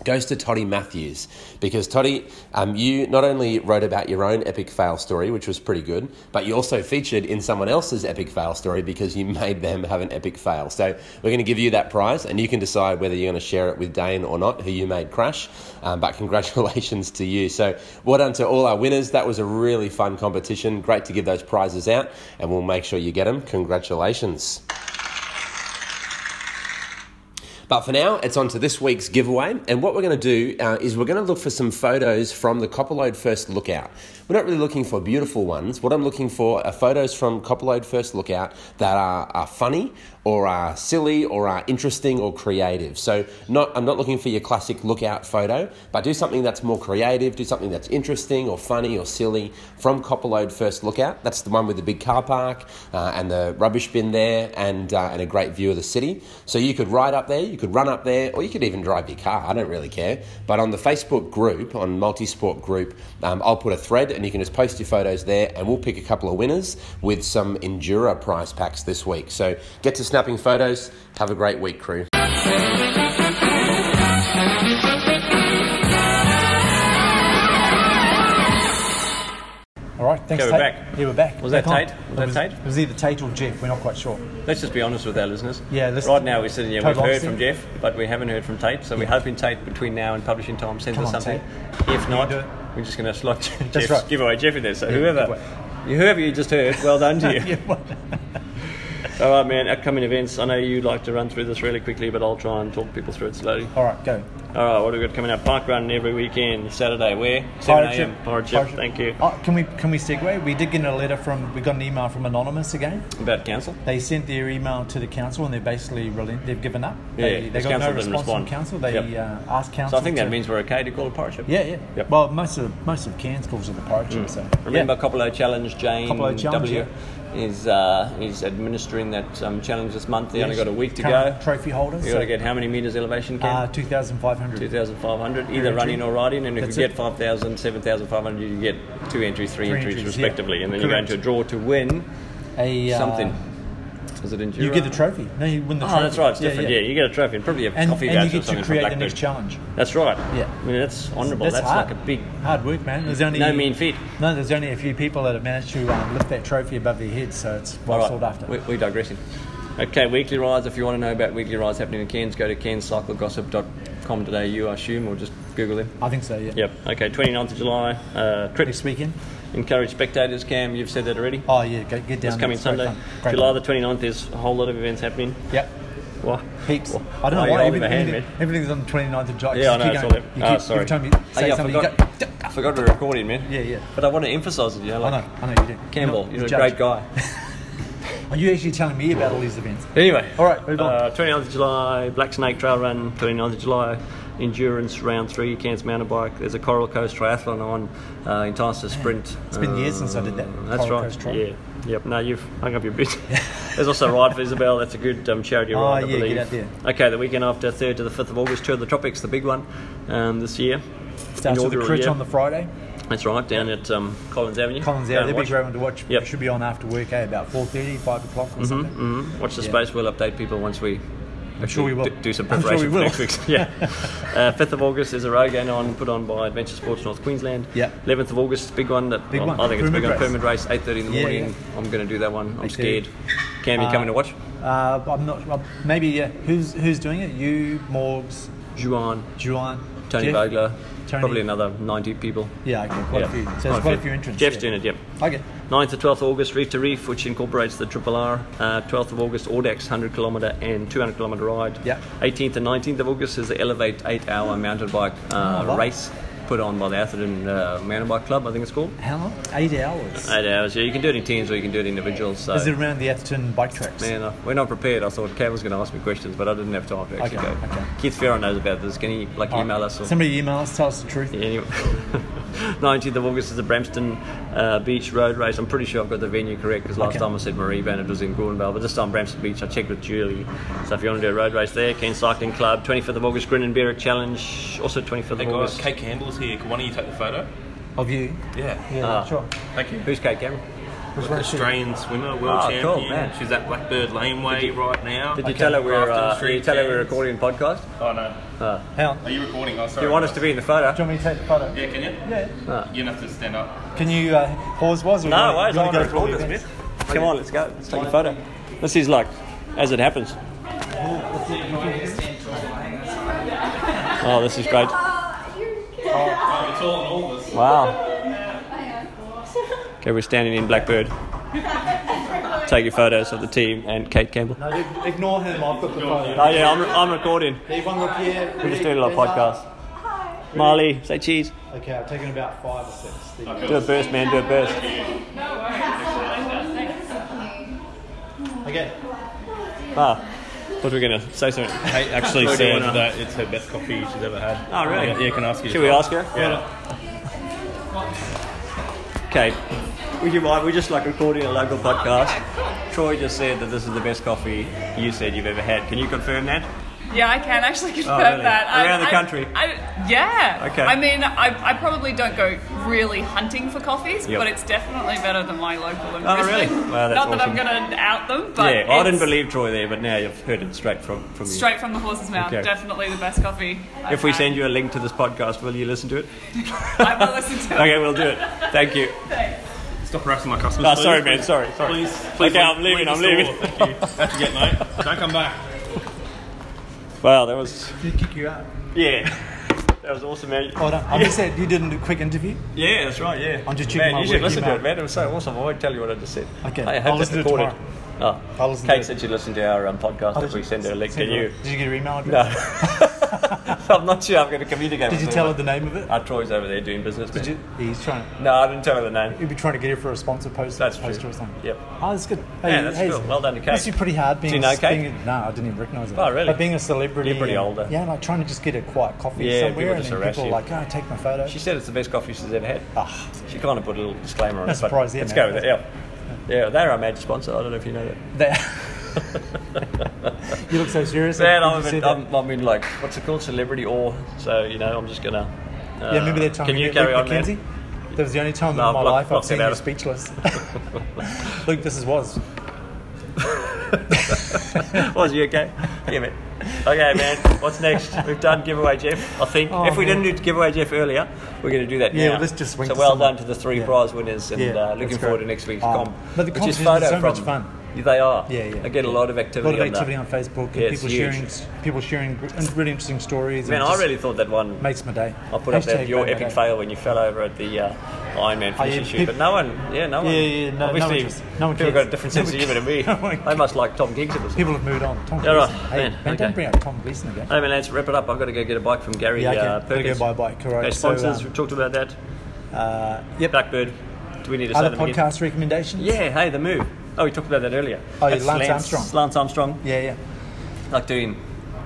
goes to Toddy Matthews because Toddy, um, you not only wrote about your own epic fail story, which was pretty good, but you also featured in someone else's epic fail story because you *laughs* made them have an epic fail. So we're going to give you that prize, and you can decide whether you're going to share it with Dane or not, who you made crash. Um, but congratulations to you. So well done to all our winners. That was a really fun competition. Great to give those prizes out, and we'll make sure you get them. Congratulations. But for now, it's on to this week's giveaway. And what we're going to do uh, is we're going to look for some photos from the Copperload First Lookout. We're not really looking for beautiful ones. What I'm looking for are photos from Copperload First Lookout that are, are funny or are silly or are interesting or creative. So not, I'm not looking for your classic lookout photo, but do something that's more creative, do something that's interesting or funny or silly from Copperload First Lookout. That's the one with the big car park uh, and the rubbish bin there and, uh, and a great view of the city. So you could ride up there, you could run up there, or you could even drive your car. I don't really care. But on the Facebook group, on Multisport Group, um, I'll put a thread and you can just post your photos there and we'll pick a couple of winners with some Endura prize packs this week. So get to snapping photos. Have a great week, crew.
All right, thanks,
Okay, we're
Tate.
back.
Yeah, we're back.
Was that
Back
Tate?
on.
Was that Tate?
It was either Tate or Jeff. We're not quite sure.
Let's just be honest with our listeners.
Yeah, let's-
right now we're sitting here. We've
Total
heard
honesty.
from Jeff, but we haven't heard from Tate. So we're hoping Tate between now and publishing time sends
Come
us
on,
something. If not, we're just going to slot *laughs* Jeff's
right.
giveaway Jeff in there. So
Yeah,
whoever, whoever you just heard, well done *laughs* to you.
*laughs* Yeah, well
All right, man. Upcoming events. I know you like to run through this really quickly, but I'll try and talk people through it slowly.
All right, go.
All right, what have we got coming up? Park run every weekend, Saturday. Where? 7
Pirate
a.m.
ship.
Pirate
Pirate
ship.
ship.
Thank you.
Oh, can we can we segue? We did get a letter from we got an email from anonymous again.
About council.
They sent their email to the council and they're basically relent. They've given up.
Yeah,
They, they
this
got no
council didn't
response from
respond.
council. They
Yep.
uh, asked
So
council.
I think that
to-
means we're okay to call it pirate ship.
Yeah, yeah. Well, most of most of Cairns calls it the pirate ship. So
Mm. Remember, Coppola Challenge, Jane
Coppola Challenge,
W. Is uh, is administering that um, challenge this month. They
Yeah,
only got a week to
current
go.
Trophy holders.
You got to get how many meters elevation? Ken?
uh, two thousand five hundred.
2,500, either
Entry.
running or riding, and if
That's
you
it.
get 5,000, 7,500, you get two entries, three,
Three
entries,
entries, yeah.
respectively, and then you go
Correct.
into a draw to win
A uh,
something. Is it enduro?
You get the trophy. No, you win the
Oh,
trophy.
that's right. It's different. Yeah, you get a trophy and probably a
And,
coffee
and
voucher
you
or
get
something
to
from
create the
Blackbird.
next challenge.
That's right.
Yeah.
I mean, that's honourable.
That's
That's,
hard.
like a big.
Hard work, man. There's only
No mean feat.
No, there's only a few people that have managed to um, lift that trophy above their heads, so it's well
All right,
sought after.
We, we're digressing. Okay, weekly rides. If you want to know about weekly rides happening in Cairns, go to cairnscyclegossip.com.au, I assume, or just Google them.
I think so. Yeah.
Yep. Okay, 29th of July. Uh, crit. Next
weekend.
Encourage spectators, Cam. You've said that already.
Oh, yeah. Go, get down.
It's
there.
coming
great
Sunday.
fun. Great
July
fun.
the 29th, there's a whole lot of events happening.
Yep.
Why?
Heaps.
why-
I don't
why
know why
are you Oh, holding my hand,
everything-
man?
everything's on the 29th of July.
Yeah, I
Just
know.
keep
It's all
going.
that.
You
Ah,
keep,
sorry.
Every time you say
Hey, I
something, you
forgot,
go,
I forgot to record it, man.
Yeah, yeah.
But I want to emphasise it, you know. Like,
I know, I know you do.
Campbell,
You're
you're,
not
a
the judge.
great guy.
*laughs* Are you actually telling me about all these events?
Anyway.
All right, move on.
Uh, 29th of July, Black Snake Trail Run, 29th of July, Endurance Round 3, Cairns Mountain Bike. There's a Coral Coast Triathlon on, uh, Entice to Sprint. Um,
It's been years since I did that
That's
Coral
right.
Coast Tri.
Yeah. Yep. No, you've hung up
*laughs*
your boots. There's also Ride for Isabel. That's a good um, charity
Oh,
ride,
yeah,
I
get
believe.
out there.
Okay, the weekend after, 3rd to the 5th of August, Tour of the Tropics, the big one um, this year.
Starts with the
Inaugural,
crit
yeah.
on the Friday.
That's right, down at um, Collins Avenue.
Collins,
Go
yeah,
and
they'd be a
watch.
great one to watch.
Yep.
Should be on after work, eh? About 4.30, 5 o'clock or
Mhm,
something.
mhm. Watch the
Yeah.
space. We'll update people once we.
I'm sure
actually
we will.
d- Do some
*laughs* I'm sure we
preparation
will.
for next week's. Yeah.
*laughs*
uh, 5th of August is a row going on put on by Adventure Sports North Queensland.
Yeah.
11th of August, big one. That,
Big
well,
one,
I think it's a big one.
Permit
Permit race, 8.30 in the
Yeah,
morning.
yeah.
I'm going to do that one. I'm
Me too.
scared. Cam, you
Uh,
coming to watch?
Uh, I'm not. Well, maybe yeah. Who's who's doing it? You, Morgs,
Juan,
Juan,
Tony
Jeff?
Vogler,
Tony.
probably another 90 people.
Yeah, okay, quite a few. So there's quite a few entrants,
Jeff's
yeah.
doing it, yep.
Okay.
9th to 12th of August, Reef to Reef, which incorporates the Triple R. Uh, 12th of August, Audax, 100 kilometre and 200 kilometre ride.
Yeah.
18th and 19th of August is the Elevate 8 hour mountain bike uh,
Oh, wow.
race put on by the Atherton uh, Mountain Bike Club, I think it's called.
How long? Eight hours.
Eight hours, yeah. You can do it in teams or you can do it individuals. So.
Is it around the Atherton bike tracks?
Man, I, when I prepared, I thought Cam was going to ask me questions, but I didn't have time to actually
Okay,
go. Keith Farrow knows about this. Can he like email us? Or?
Somebody email us, tell us the truth.
Yeah, anyway. *laughs* 19th of August is the Bramston uh, Beach Road Race. I'm pretty sure I've got the venue correct because last
Okay.
time I said Mariban, it was in Gordonvale, but this time Bramston Beach, I checked with Julie. So if you want to do a road race there, Cairns Cycling Club, 25th of August, Grin and Beer Challenge, also 25th of Hey, guys, August. Kate Campbell's here. Can one of you take the photo?
Of you?
Yeah. Ah.
Yeah, sure.
Thank you. Who's Kate Campbell?
Australian
swimmer,
world
oh,
champion.
Cool, man. She's at Blackbird Laneway right now. Did you
Okay.
tell her we're,
After the
uh, did
three
you tell her we're recording a podcast? Oh, no. Uh,
Hang on.
Are you recording? Oh,
sorry.
Do you want us to be in the photo?
Do you want me to take the photo?
Yeah, can you?
Yeah.
You're going to have to stand up.
Can you uh, pause was? or do you
No,
wanna-
wait,
do you
I
wanna
want to
go
record
through
this,
things?
man. Come on, let's go. Let's take a photo. This is like, as it happens. Oh, this is great.
Oh, it's all in all this.
*laughs* Okay, we're standing in Blackbird. Taking photos of the team and Kate Campbell.
No, dude, ignore him. I've got the photo.
Oh, yeah, I'm, I'm recording.
Leave one look here.
We're just doing a little podcast. Marley, say cheese.
Okay, I've taken about five or six.
Do a burst, man, do a burst.
Okay.
Ah, thought we were going to say something. Hey, actually said that it's her best coffee she's ever had. Oh, really? Yeah, you can ask her. Should we ask her? Yeah. Kate, would you mind? We're just like recording a local podcast. Troy just said that this is the best coffee you said you've ever had. Can you confirm that?
Yeah, I can actually *laughs* confirm
Oh, really?
that. I-
Around the
I-
country?
I, yeah.
Okay.
I mean, I, I probably don't go really hunting for coffees,
Yep.
but it's definitely better than my local in
Oh,
*laughs* Brisbane.
really? Wow, that's
Not that I'm
awesome.
going to out them, but
yeah, I didn't
it's
believe Troy there, but now you've heard it straight from from
straight from the horse's mouth.
Okay.
Definitely the best coffee.
you. If we send you a link to this podcast, will you listen to it?
*laughs* I will listen
*laughs*
to it.
Okay, we'll do it. Thank you. Stop harassing my customers, please. sorry, man, sorry, sorry. Please, please okay, I'm leave- leaving. I'm leave the leaving. store. Have to get, mate. Don't come back. Wow, that was.
Did kick you out?
Yeah, that was awesome, man.
Hold on. I just said you did a quick interview.
Yeah, that's right. Yeah,
I'm just checking
Man,
my
you should
work
listen to
email.
it, man. It was so awesome. I won't tell you what I just said.
Okay,
I
I'll
hope that's
listen to it
recorded. Oh,
I'll listen
Kate
to it.
said she listened to our um, podcast
I'll
that we
listen-
send her a link. Can
send
you?
Did you get her email
No,
address?
*laughs* I'm not sure. I'm going to communicate.
Did you tell her the name of it?
Uh, Troy's over there doing business.
Did you? He's trying.
No, I didn't tell her the name.
You'd be trying to get her for a sponsor post, poster or something.
Yep.
Oh, that's good.
Yeah, that's cool. Well done to Kate.
Must be pretty hard being.
Do you know
a-
Kate?
being a- no, I didn't even recognise her.
Oh, really?
But being a celebrity.
You're pretty
and-
older.
Yeah, like trying to just get a quiet coffee
Yeah, people
somewhere, and
just
then
harass
people
you.
like, "Can I take my photo?" Ah,
She said it's the best coffee she's ever had. She kind of put a little disclaimer on
No
it. but
surprise there,
Let's
man.
go with it. Yeah. Yeah, they're our major sponsor. I don't know if you know that. *laughs*
you look so serious.
Man,
when
I'm,
you
a
said
bit,
that.
I'm, I'm in like, what's it called? Celebrity awe. So, you know, I'm just going to. Uh,
yeah, remember that time
Can
we
you
met
carry
Luke
on, man?
McKenzie? That was the only time
No,
in my
I've blocked-
life I've
blocked
seen
it out
you
of-
speechless. *laughs* Luke, this is was.
*laughs* Was you okay? Yeah, man. Okay, man. What's next? We've done giveaway Jeff. I think
Oh,
if we
man.
didn't do giveaway Jeff earlier, we're going to do that
Yeah,
now.
well, let's just swing
So
to
well
someone.
done to the three
Yeah.
prize winners, and
Yeah,
uh, looking
that's
forward
great.
to next week's
Oh,
comp.
but the
which is
competition's
photo
so
from.
much fun.
Yeah, They are.
Yeah, yeah.
I get a lot of
A
activity.
lot of
on that.
activity on Facebook and
Yeah, it's
people
huge.
sharing, people sharing gr- and really interesting stories.
Man,
and
I
just
really thought that one.
makes my day.
I put up that
Hashtag
your
made my
epic
day.
fail when you fell over at the uh, Ironman
Oh, yeah,
finishing shoot,
peop-
but no one, yeah, no one.
Yeah, yeah, no- no
obviously,
one just- no one
people
cares.
got a different
*laughs* No
sense of
one
humour to me. they must like Tom Giggs at this.
People have moved on. Tom
Yeah, right.
Gleason. Hey,
Man,
man, don't
okay. Uh,
bring up Tom Gleason again.
Hey man, let's wrap it up. I've got to go get a bike from Gary
Yeah, okay.
uh,
Gotta go
Perkins.
buy a bike, correct.
Okay,
So,
sponsors,
um,
we talked about that.
Uh, yep.
Blackbird. Do we need to say
Other
them again?
podcast recommendations?
Yeah, hey, the move. Oh, we talked about that earlier.
Oh, yeah,
That's
Lance Armstrong.
Lance Armstrong.
Yeah, yeah.
Like doing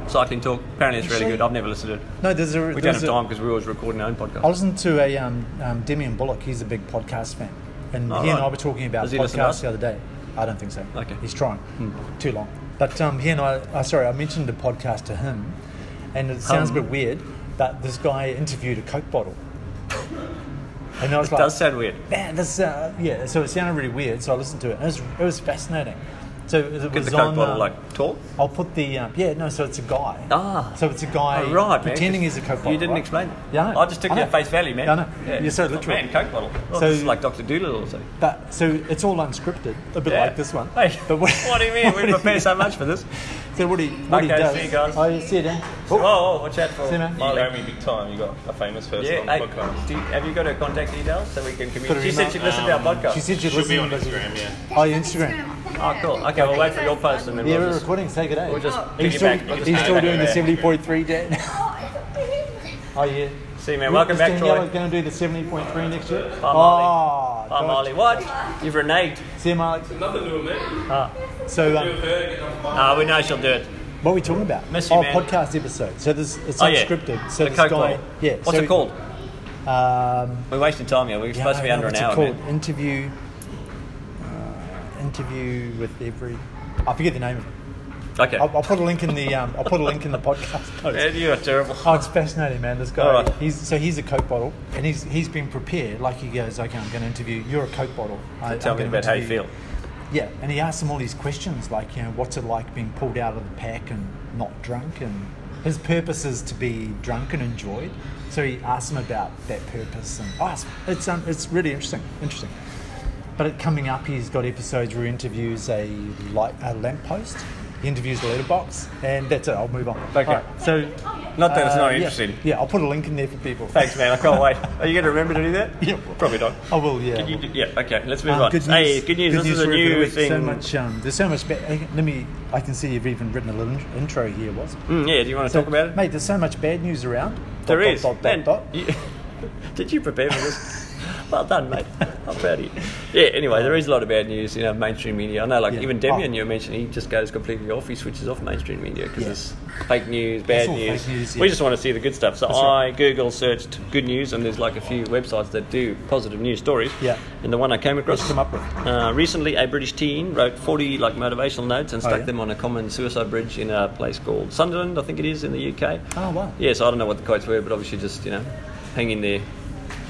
cycling talk. Apparently it's really
Actually-
good. I've never listened to it.
No, there's a-
We don't
there's
have
a-
time because we're always recording our own podcast.
I listened to a um, um, Demian Bullock. He's a big podcast fan, and
Oh,
he and
right.
I were talking about
Does he listen to us? Hmm.
podcasts the other day. I don't think so. Okay, he's trying too long. But um, he and I, uh, sorry, I mentioned a podcast to him, and it sounds a
Hum.
bit weird. that this guy interviewed a Coke bottle. And I was
It
like,
does sound weird.
Man, this, uh, yeah, so it sounded really weird. So I listened to it, and it was, it was fascinating. So it was
Did the Coke
on,
bottle,
um,
like, tall?
I'll put the um, yeah, no. So it's a guy.
Ah.
So it's a guy
Oh, right, man,
pretending
'cause
he's a Coke
you
bottle.
didn't
right?
explain it.
Yeah, I know.
I just took
I
it
know.
at face value, man.
Yeah, I know.
Yeah.
You're so
It's like,
literal.
man, Coke bottle. Oh,
So-
it's like Doctor Doolittle or something.
But so it's all unscripted, a bit
Yeah.
like this one. *laughs*
Hey,
but what,
what do you mean? We prepare so
much for this. So what he what he
Okay,
does?
see you guys.
Oh, yeah, see you Dan.
Oh, oh, watch out for
See you, man.
You
Molly.
owe me big time. You got a famous person
Yeah,
on the
hey,
podcast.
do you, have you got her contact details so we can
Put her
communicate? She
email.
said she'd listen to our
Um,
podcast.
She said she'd
She'll
listen
be on
to this.
Instagram, yeah.
Oh, your Instagram.
Oh, cool. Okay, we'll wait for your post and
Yeah,
then we'll
we're
just...
recording. Say good day.
We'll just
eh? Are you still,
piggyback. We'll just
are you still
piggyback
doing the
over.
seventy point three, Dan? Oh yeah.
See you, man. Welcome back,
Daniela
Troy.
going to do the seventy point three next year.
Bye,
oh,
Molly. Bye, Molly. What? You've reneged.
See you, Molly.
Nothing to admit.
Ah,
So, um,
Ah, we know she'll do it.
what are we talking about?
Miss you,
oh,
man.
podcast episode. So this it's
Oh, yeah.
unscripted. So
The
this
Coke
guy,
bottle.
yeah.
What's
so-
it called?
Um,
We're wasting time here. We're
Yeah,
supposed to be
I
under
know,
an
what's it
hour,
called?
man.
Interview. Uh, interview with every. I forget the name of it.
Okay.
I'll, I'll put a link in the. Um, I'll put a link in the
*laughs*
podcast. notes.
Man, you are terrible.
Oh, it's fascinating, man. This guy.
All right.
He's so he's a Coke bottle, and he's he's been prepared. Like he goes, okay, I'm going to interview. You're a Coke bottle. I,
tell
I'm
me
gonna
about how you
interview
feel.
Yeah, and he asked him all these questions, like you know, what's it like being pulled out of the pack and not drunk, and his purpose is to be drunk and enjoyed. So he asked him about that purpose, and oh, it's it's, um, it's really interesting, interesting. But it, coming up, he's got episodes where he interviews a light a lamppost, he interviews a letterbox, and that's it. I'll move on.
Okay.
All right, so
Not that it's not
yeah,
interesting.
Yeah, I'll put a link in there for people.
Thanks, man.
*laughs*
I can't wait. Uh, *laughs* Are you going to remember to do that?
Yeah,
Probably *laughs* not.
I will. Yeah. I
Can you
will.
do, yeah, okay. Let's move
Um,
on. Hey, good news. this is a
for everybody.
new thing.
So much. Um, there's so much. Ba- hey, let me. I can see you've even written a little in- intro here. Was
Mm, yeah, do you want to
So,
talk about it?
mate? There's so much bad news around.
There is.
Dot,
Man,
dot, dot,
you- *laughs* did you prepare for this? *laughs* well done, mate. I'm proud of you. Yeah, anyway, there is a lot of bad news, you know, mainstream media. I know, like,
Yeah.
even Demian,
Oh.
you mentioned, he just goes completely off. He switches off mainstream media because
Yeah.
it's fake news,
It's
bad
all
news.
fake news,
We
yeah.
just want to see the good stuff. So
That's
I
right.
Google searched good news, and there's like a few websites that do positive news stories.
Yeah.
And the one I came across.
come up with?
Uh, recently, a British teen wrote 40 like motivational notes and
Oh,
stuck
yeah?
them on a common suicide bridge in a place called Sunderland, I think it is, in the UK.
dot. Oh wow.
Yes, I don't know what the quotes were, but obviously just, you know, hang in there.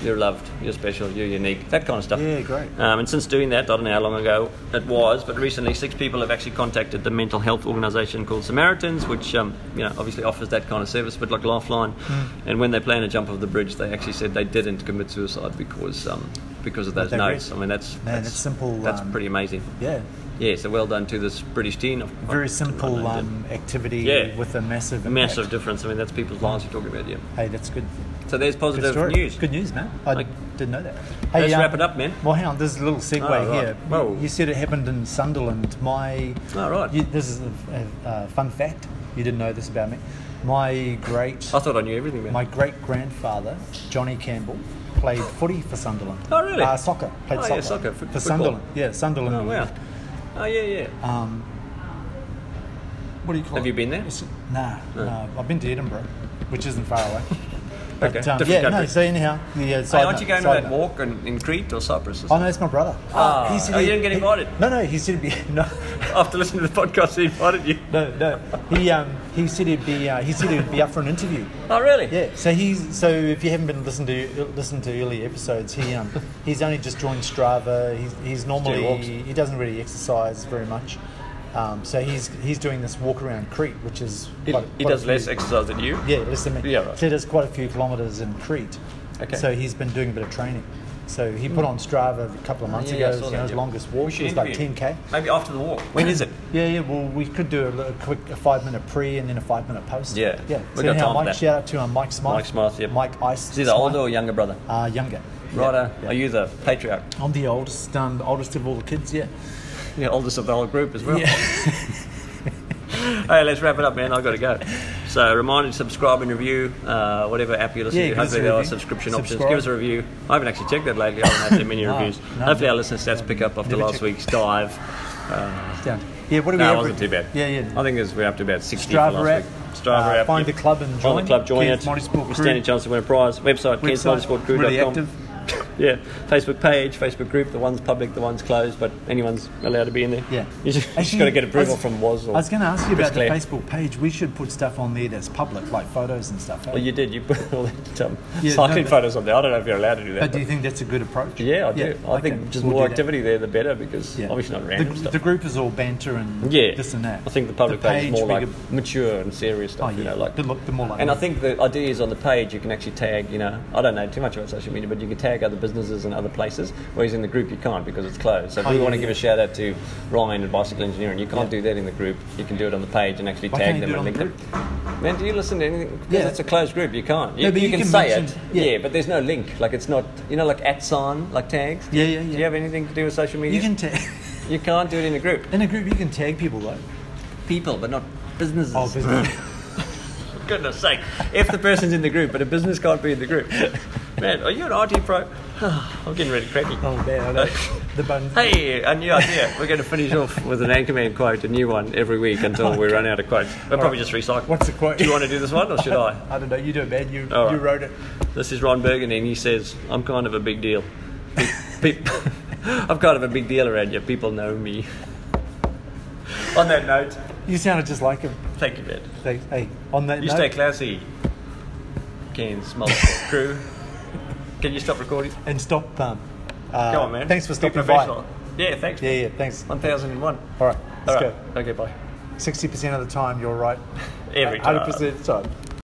You're loved, you're special, you're unique, that kind of stuff.
Yeah, great.
Um, and since doing that, I don't know how long ago it was, but recently six people have actually contacted the mental health organisation called Samaritans, which, um, you know, obviously offers that kind of service, but like Lifeline.
Hmm.
And when they plan to jump off the bridge, they actually said they didn't commit suicide because um, because of those
they
notes.
read.
I mean, that's,
Man,
that's,
that's simple,
That's
um,
pretty amazing.
Yeah.
Yeah, so well done to this British teen.
Very simple um, activity
Yeah.
with a massive impact.
Massive difference. I mean, that's people's lives you're talking about, yeah.
Hey, that's good.
So there's
Good
positive
story.
news.
Good news, man. I
Like-
didn't know that. um,
Let's wrap it up, man.
Well, hang on. There's a little segue
Oh, right.
here.
Whoa.
You said it happened in Sunderland. My.
Oh, right.
you- this is a, a, a fun fact. You didn't know this about me. My great
I thought I knew everything, man.
my great grandfather Johnny Campbell played footy for Sunderland.
Oh, really?
Uh, soccer. Played
Oh, yeah,
soccer.
soccer, foot-
for
football.
Sunderland. Yeah, Sunderland.
Oh, wow. Oh, yeah, yeah.
Um, what do you call
Have
it?
you been there?
Nah,
No.
no. I've been to Edinburgh, which isn't far
*laughs*
away. But,
Okay,
um,
different
yeah, no.
country.
So anyhow, yeah.
So
Side
hey, aren't
note,
you going
side
on that
note.
walk in, in Crete or Cyprus? Or
Oh
something?
no, it's my brother.
Ah. Oh, you didn't get
he-
invited?
no, no, he said he'd be *laughs* no,
*laughs* After listening to the podcast, he invited you.
no, no. He um, he said he'd be uh, he said he'd be up for an interview.
Oh, really?
Yeah. So he's so if you haven't been listened to listen to early episodes, he
*laughs*
um, he's only just joined Strava. He's, he's normally
walks.
he doesn't really exercise very much. Um, so he's he's doing this walk around Crete, which is
He,
quite-
he
quite a
does less
few-
exercise than you.
Yeah, less than me.
Yeah, right.
So he does quite a few kilometres in Crete.
Okay. Hmm.
So he's been doing a bit of training. So he put on Strava a couple of months
Oh, Yeah, yeah, I
ago
saw
you know,
that,
his
yeah.
longest walk.
We should
It was like
interview him.
10k.
Maybe after the walk. When is it?
Yeah, yeah. Well, we could do a, little quick a five minute pre and then a five minute post.
Yeah.
yeah.
We've
so
got
anyhow,
time for
Mike,
that.
shout out to um, Mike Smythe.
Mike Smythe, yep.
Mike Ice.
Is he the older or younger brother?
Uh, younger.
Righto.
Yeah.
Are you the patriarch?
I'm the oldest, um, oldest of all the kids. Yeah.
The oldest of the whole group as well.
Yeah.
*laughs* hey, let's wrap it up, man. I've got to go. So, reminder to subscribe and review, uh, whatever app you're
Yeah,
listening to.
give us
Hopefully,
a
there are
review.
subscription options.
Subscribe.
Give us a review. I haven't actually checked that lately. I haven't had that
*laughs*
many
No,
reviews.
no.
Hopefully, our listener stats pick up after
Never
last
check.
week's dive. Uh,
Down. Yeah. What do we?
no, it
have?
wasn't too bad.
Yeah, yeah.
I think it was, we're up to about 60 for
Strava
last
app.
week. Strava
uh,
app.
Find
yep.
the club and join.
Find the club, join
Cairns
it.
Multisport
We
Crew.
stand a chance to win a prize. Website,
Website, really
cairnsmotorsportcrew.com.
active.
yeah, Facebook page, Facebook group. The one's public, the one's closed, but anyone's allowed to be in there. Yeah, *laughs* you just,
Actually,
got to get
I
approval
was-
from Woz.
I
Or
was going to ask you
Chris
about
Clare.
the Facebook page. We should put stuff on there that's public, like photos and stuff. eh?
Well, you did. You put all that um,
Yeah,
cycling
no, but-
photos on there. I don't know if you're allowed to do that.
but do you think that's a good approach?
yeah, I do. I think just
We'll
more
do that.
activity there, the better, because obviously not
The,
random stuff.
the group is all banter and
Yeah.
this and that.
I think the public page is more
we
like
could- oh,
mature and serious stuff. You know, like
the, mo- the more like
And I think the idea is on the page you can actually tag, you know, I don't know too much about social media, but you can tag other businesses and other places, whereas in the group you can't because it's closed. So if
Oh,
you
yeah,
want to
yeah.
give a shout out to Ryan at Bicycle Engineering, you can't do that in the group. You can do it on the page and actually
Why can't
tag them
you
and
do
link
it on
them. Man, do you listen to anything? Because
Yeah.
it's a closed group, you can't. You,
No, but
you
you
can,
can
say
mention-
it,
yeah.
yeah. but there's no link. Like it's not, you know, like at sign, like tags.
Yeah, yeah, yeah.
Do you have anything to do with social media?
You can tag. *laughs*
You can't do it in a group.
In a group, you can tag people though.
People, but not businesses.
Oh,
*laughs*
business.
Goodness sake. If the person's in the group, but a business can't be in the group. Man, are you an IT pro? *sighs* I'm getting really cranky. Oh, man, I know.
the buns.
Hey, a new idea. We're going to finish off with an Anchorman quote, a new one every week until we run out of quotes. We'll probably just recycle.
What's the quote?
Do you want to do this one or should I?
I don't know. You do it, man. You
All right.
you wrote it.
This is Ron Burgundy, and he says, "I'm kind of a big deal. Pe- pe- *laughs* I'm kind of a big deal around here. People know me." On that note,
You sounded just like him.
thank you, Ben.
Thanks. Hey, on that
You
note,
stay classy, Cairns Mullet Crew. Can you stop recording?
and stop. Um, uh,
Come on, man.
Thanks for
Be
stopping by.
professional. Yeah, thanks.
Yeah, yeah. Thanks.
One thousand and one.
All right, let's
All right. Okay, bye.
go. Sixty percent of the time, you're right.
Every
Hundred percent of the time.